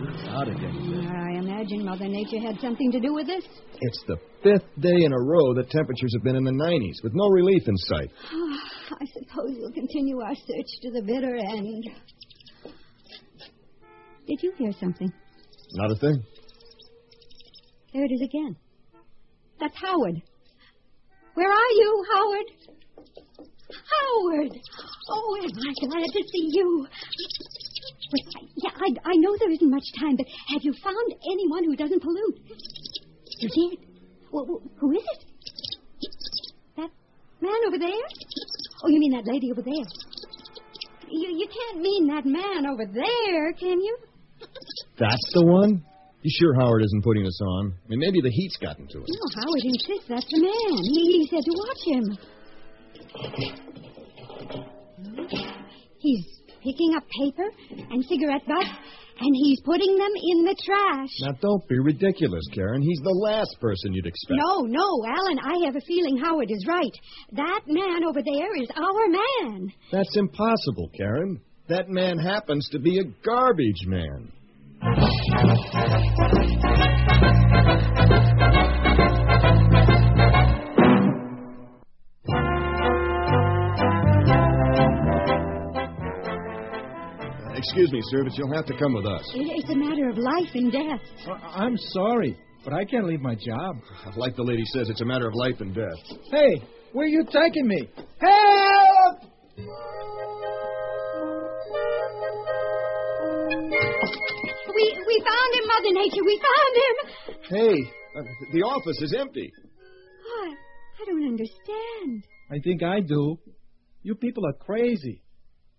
[SPEAKER 18] It's out again.
[SPEAKER 15] I imagine Mother Nature had something to do with this.
[SPEAKER 18] It's the fifth day in a row that temperatures have been in the 90s with no relief in sight.
[SPEAKER 15] I suppose we'll continue our search to the bitter end. Did you hear something?
[SPEAKER 18] Not a thing.
[SPEAKER 15] There it is again. That's Howard. Where are you, Howard? Howard! Oh, am I glad to see you. Wait, yeah, I, I know there isn't much time, but have you found anyone who doesn't pollute? You did? Well, well, who is it? That man over there? Oh, you mean that lady over there? You, you can't mean that man over there, can you?
[SPEAKER 17] That's the one? You sure Howard isn't putting us on? I mean, maybe the heat's gotten to us.
[SPEAKER 15] No, Howard insists that's the man. He, he said to watch him. He's picking up paper and cigarette butts, and he's putting them in the trash.
[SPEAKER 17] Now, don't be ridiculous, Karen. He's the last person you'd expect.
[SPEAKER 15] No, no, Alan, I have a feeling Howard is right. That man over there is our man.
[SPEAKER 17] That's impossible, Karen. That man happens to be a garbage man.
[SPEAKER 18] Uh, Excuse me, sir, but you'll have to come with us.
[SPEAKER 15] It- It's a matter of life and death.
[SPEAKER 19] Uh, I'm sorry, but I can't leave my job.
[SPEAKER 18] Like the lady says, it's a matter of life and death.
[SPEAKER 19] Hey, where are you taking me? Help!
[SPEAKER 15] We, we found him, Mother Nature. We found him.
[SPEAKER 18] Hey, uh, the office is empty.
[SPEAKER 15] Oh, I, I don't understand.
[SPEAKER 19] I think I do. You people are crazy.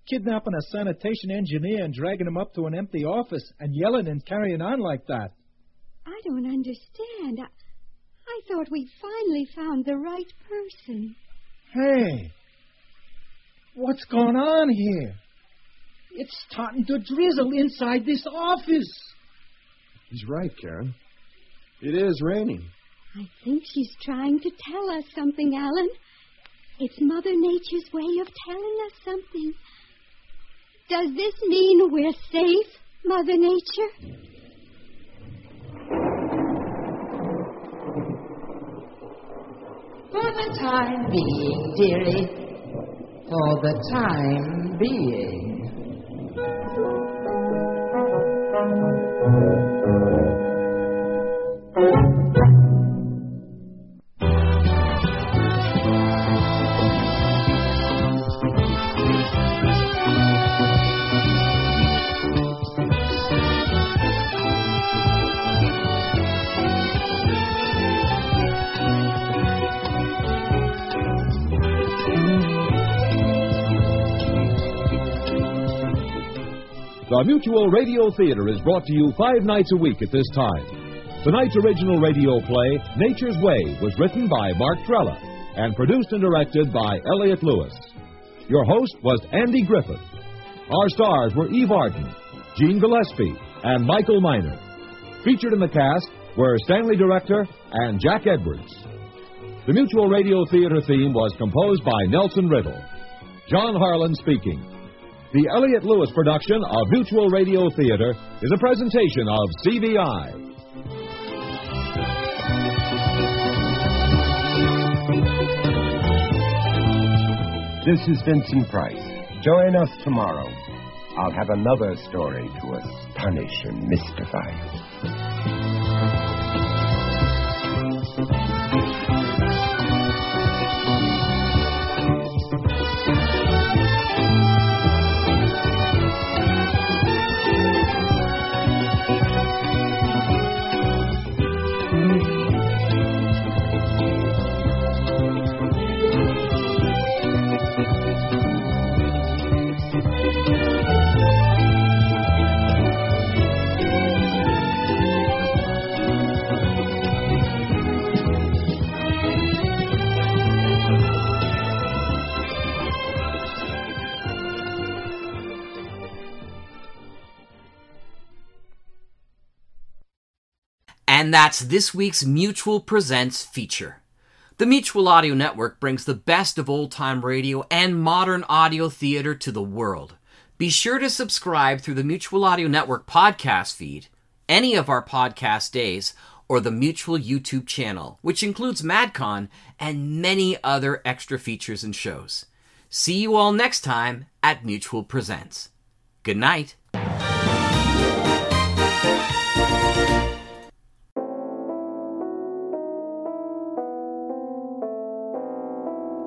[SPEAKER 19] Kidnapping a sanitation engineer and dragging him up to an empty office and yelling and carrying on like that.
[SPEAKER 15] I don't understand. I, I thought we finally found the right person.
[SPEAKER 19] Hey, what's going on here? It's starting to drizzle inside this office.
[SPEAKER 17] He's right, Karen. It is raining.
[SPEAKER 15] I think she's trying to tell us something, Alan. It's Mother Nature's way of telling us something. Does this mean we're safe, Mother Nature?
[SPEAKER 21] For the time being, dearie. For the time being.
[SPEAKER 6] The Mutual Radio Theater is brought to you five nights a week at this time. Tonight's original radio play, Nature's Way, was written by Mark Trella and produced and directed by Elliot Lewis. Your host was Andy Griffith. Our stars were Eve Arden, Gene Gillespie, and Michael Miner. Featured in the cast were Stanley Director and Jack Edwards. The Mutual Radio Theater theme was composed by Nelson Riddle. John Harlan speaking. The Elliot Lewis production of Mutual Radio Theater is a presentation of CVI.
[SPEAKER 22] This is Vincent Price. Join us tomorrow. I'll have another story to astonish and mystify you.
[SPEAKER 23] And that's this week's Mutual Presents feature. The Mutual Audio Network brings the best of old time radio and modern audio theater to the world. Be sure to subscribe through the Mutual Audio Network podcast feed, any of our podcast days, or the Mutual YouTube channel, which includes MadCon and many other extra features and shows. See you all next time at Mutual Presents. Good night.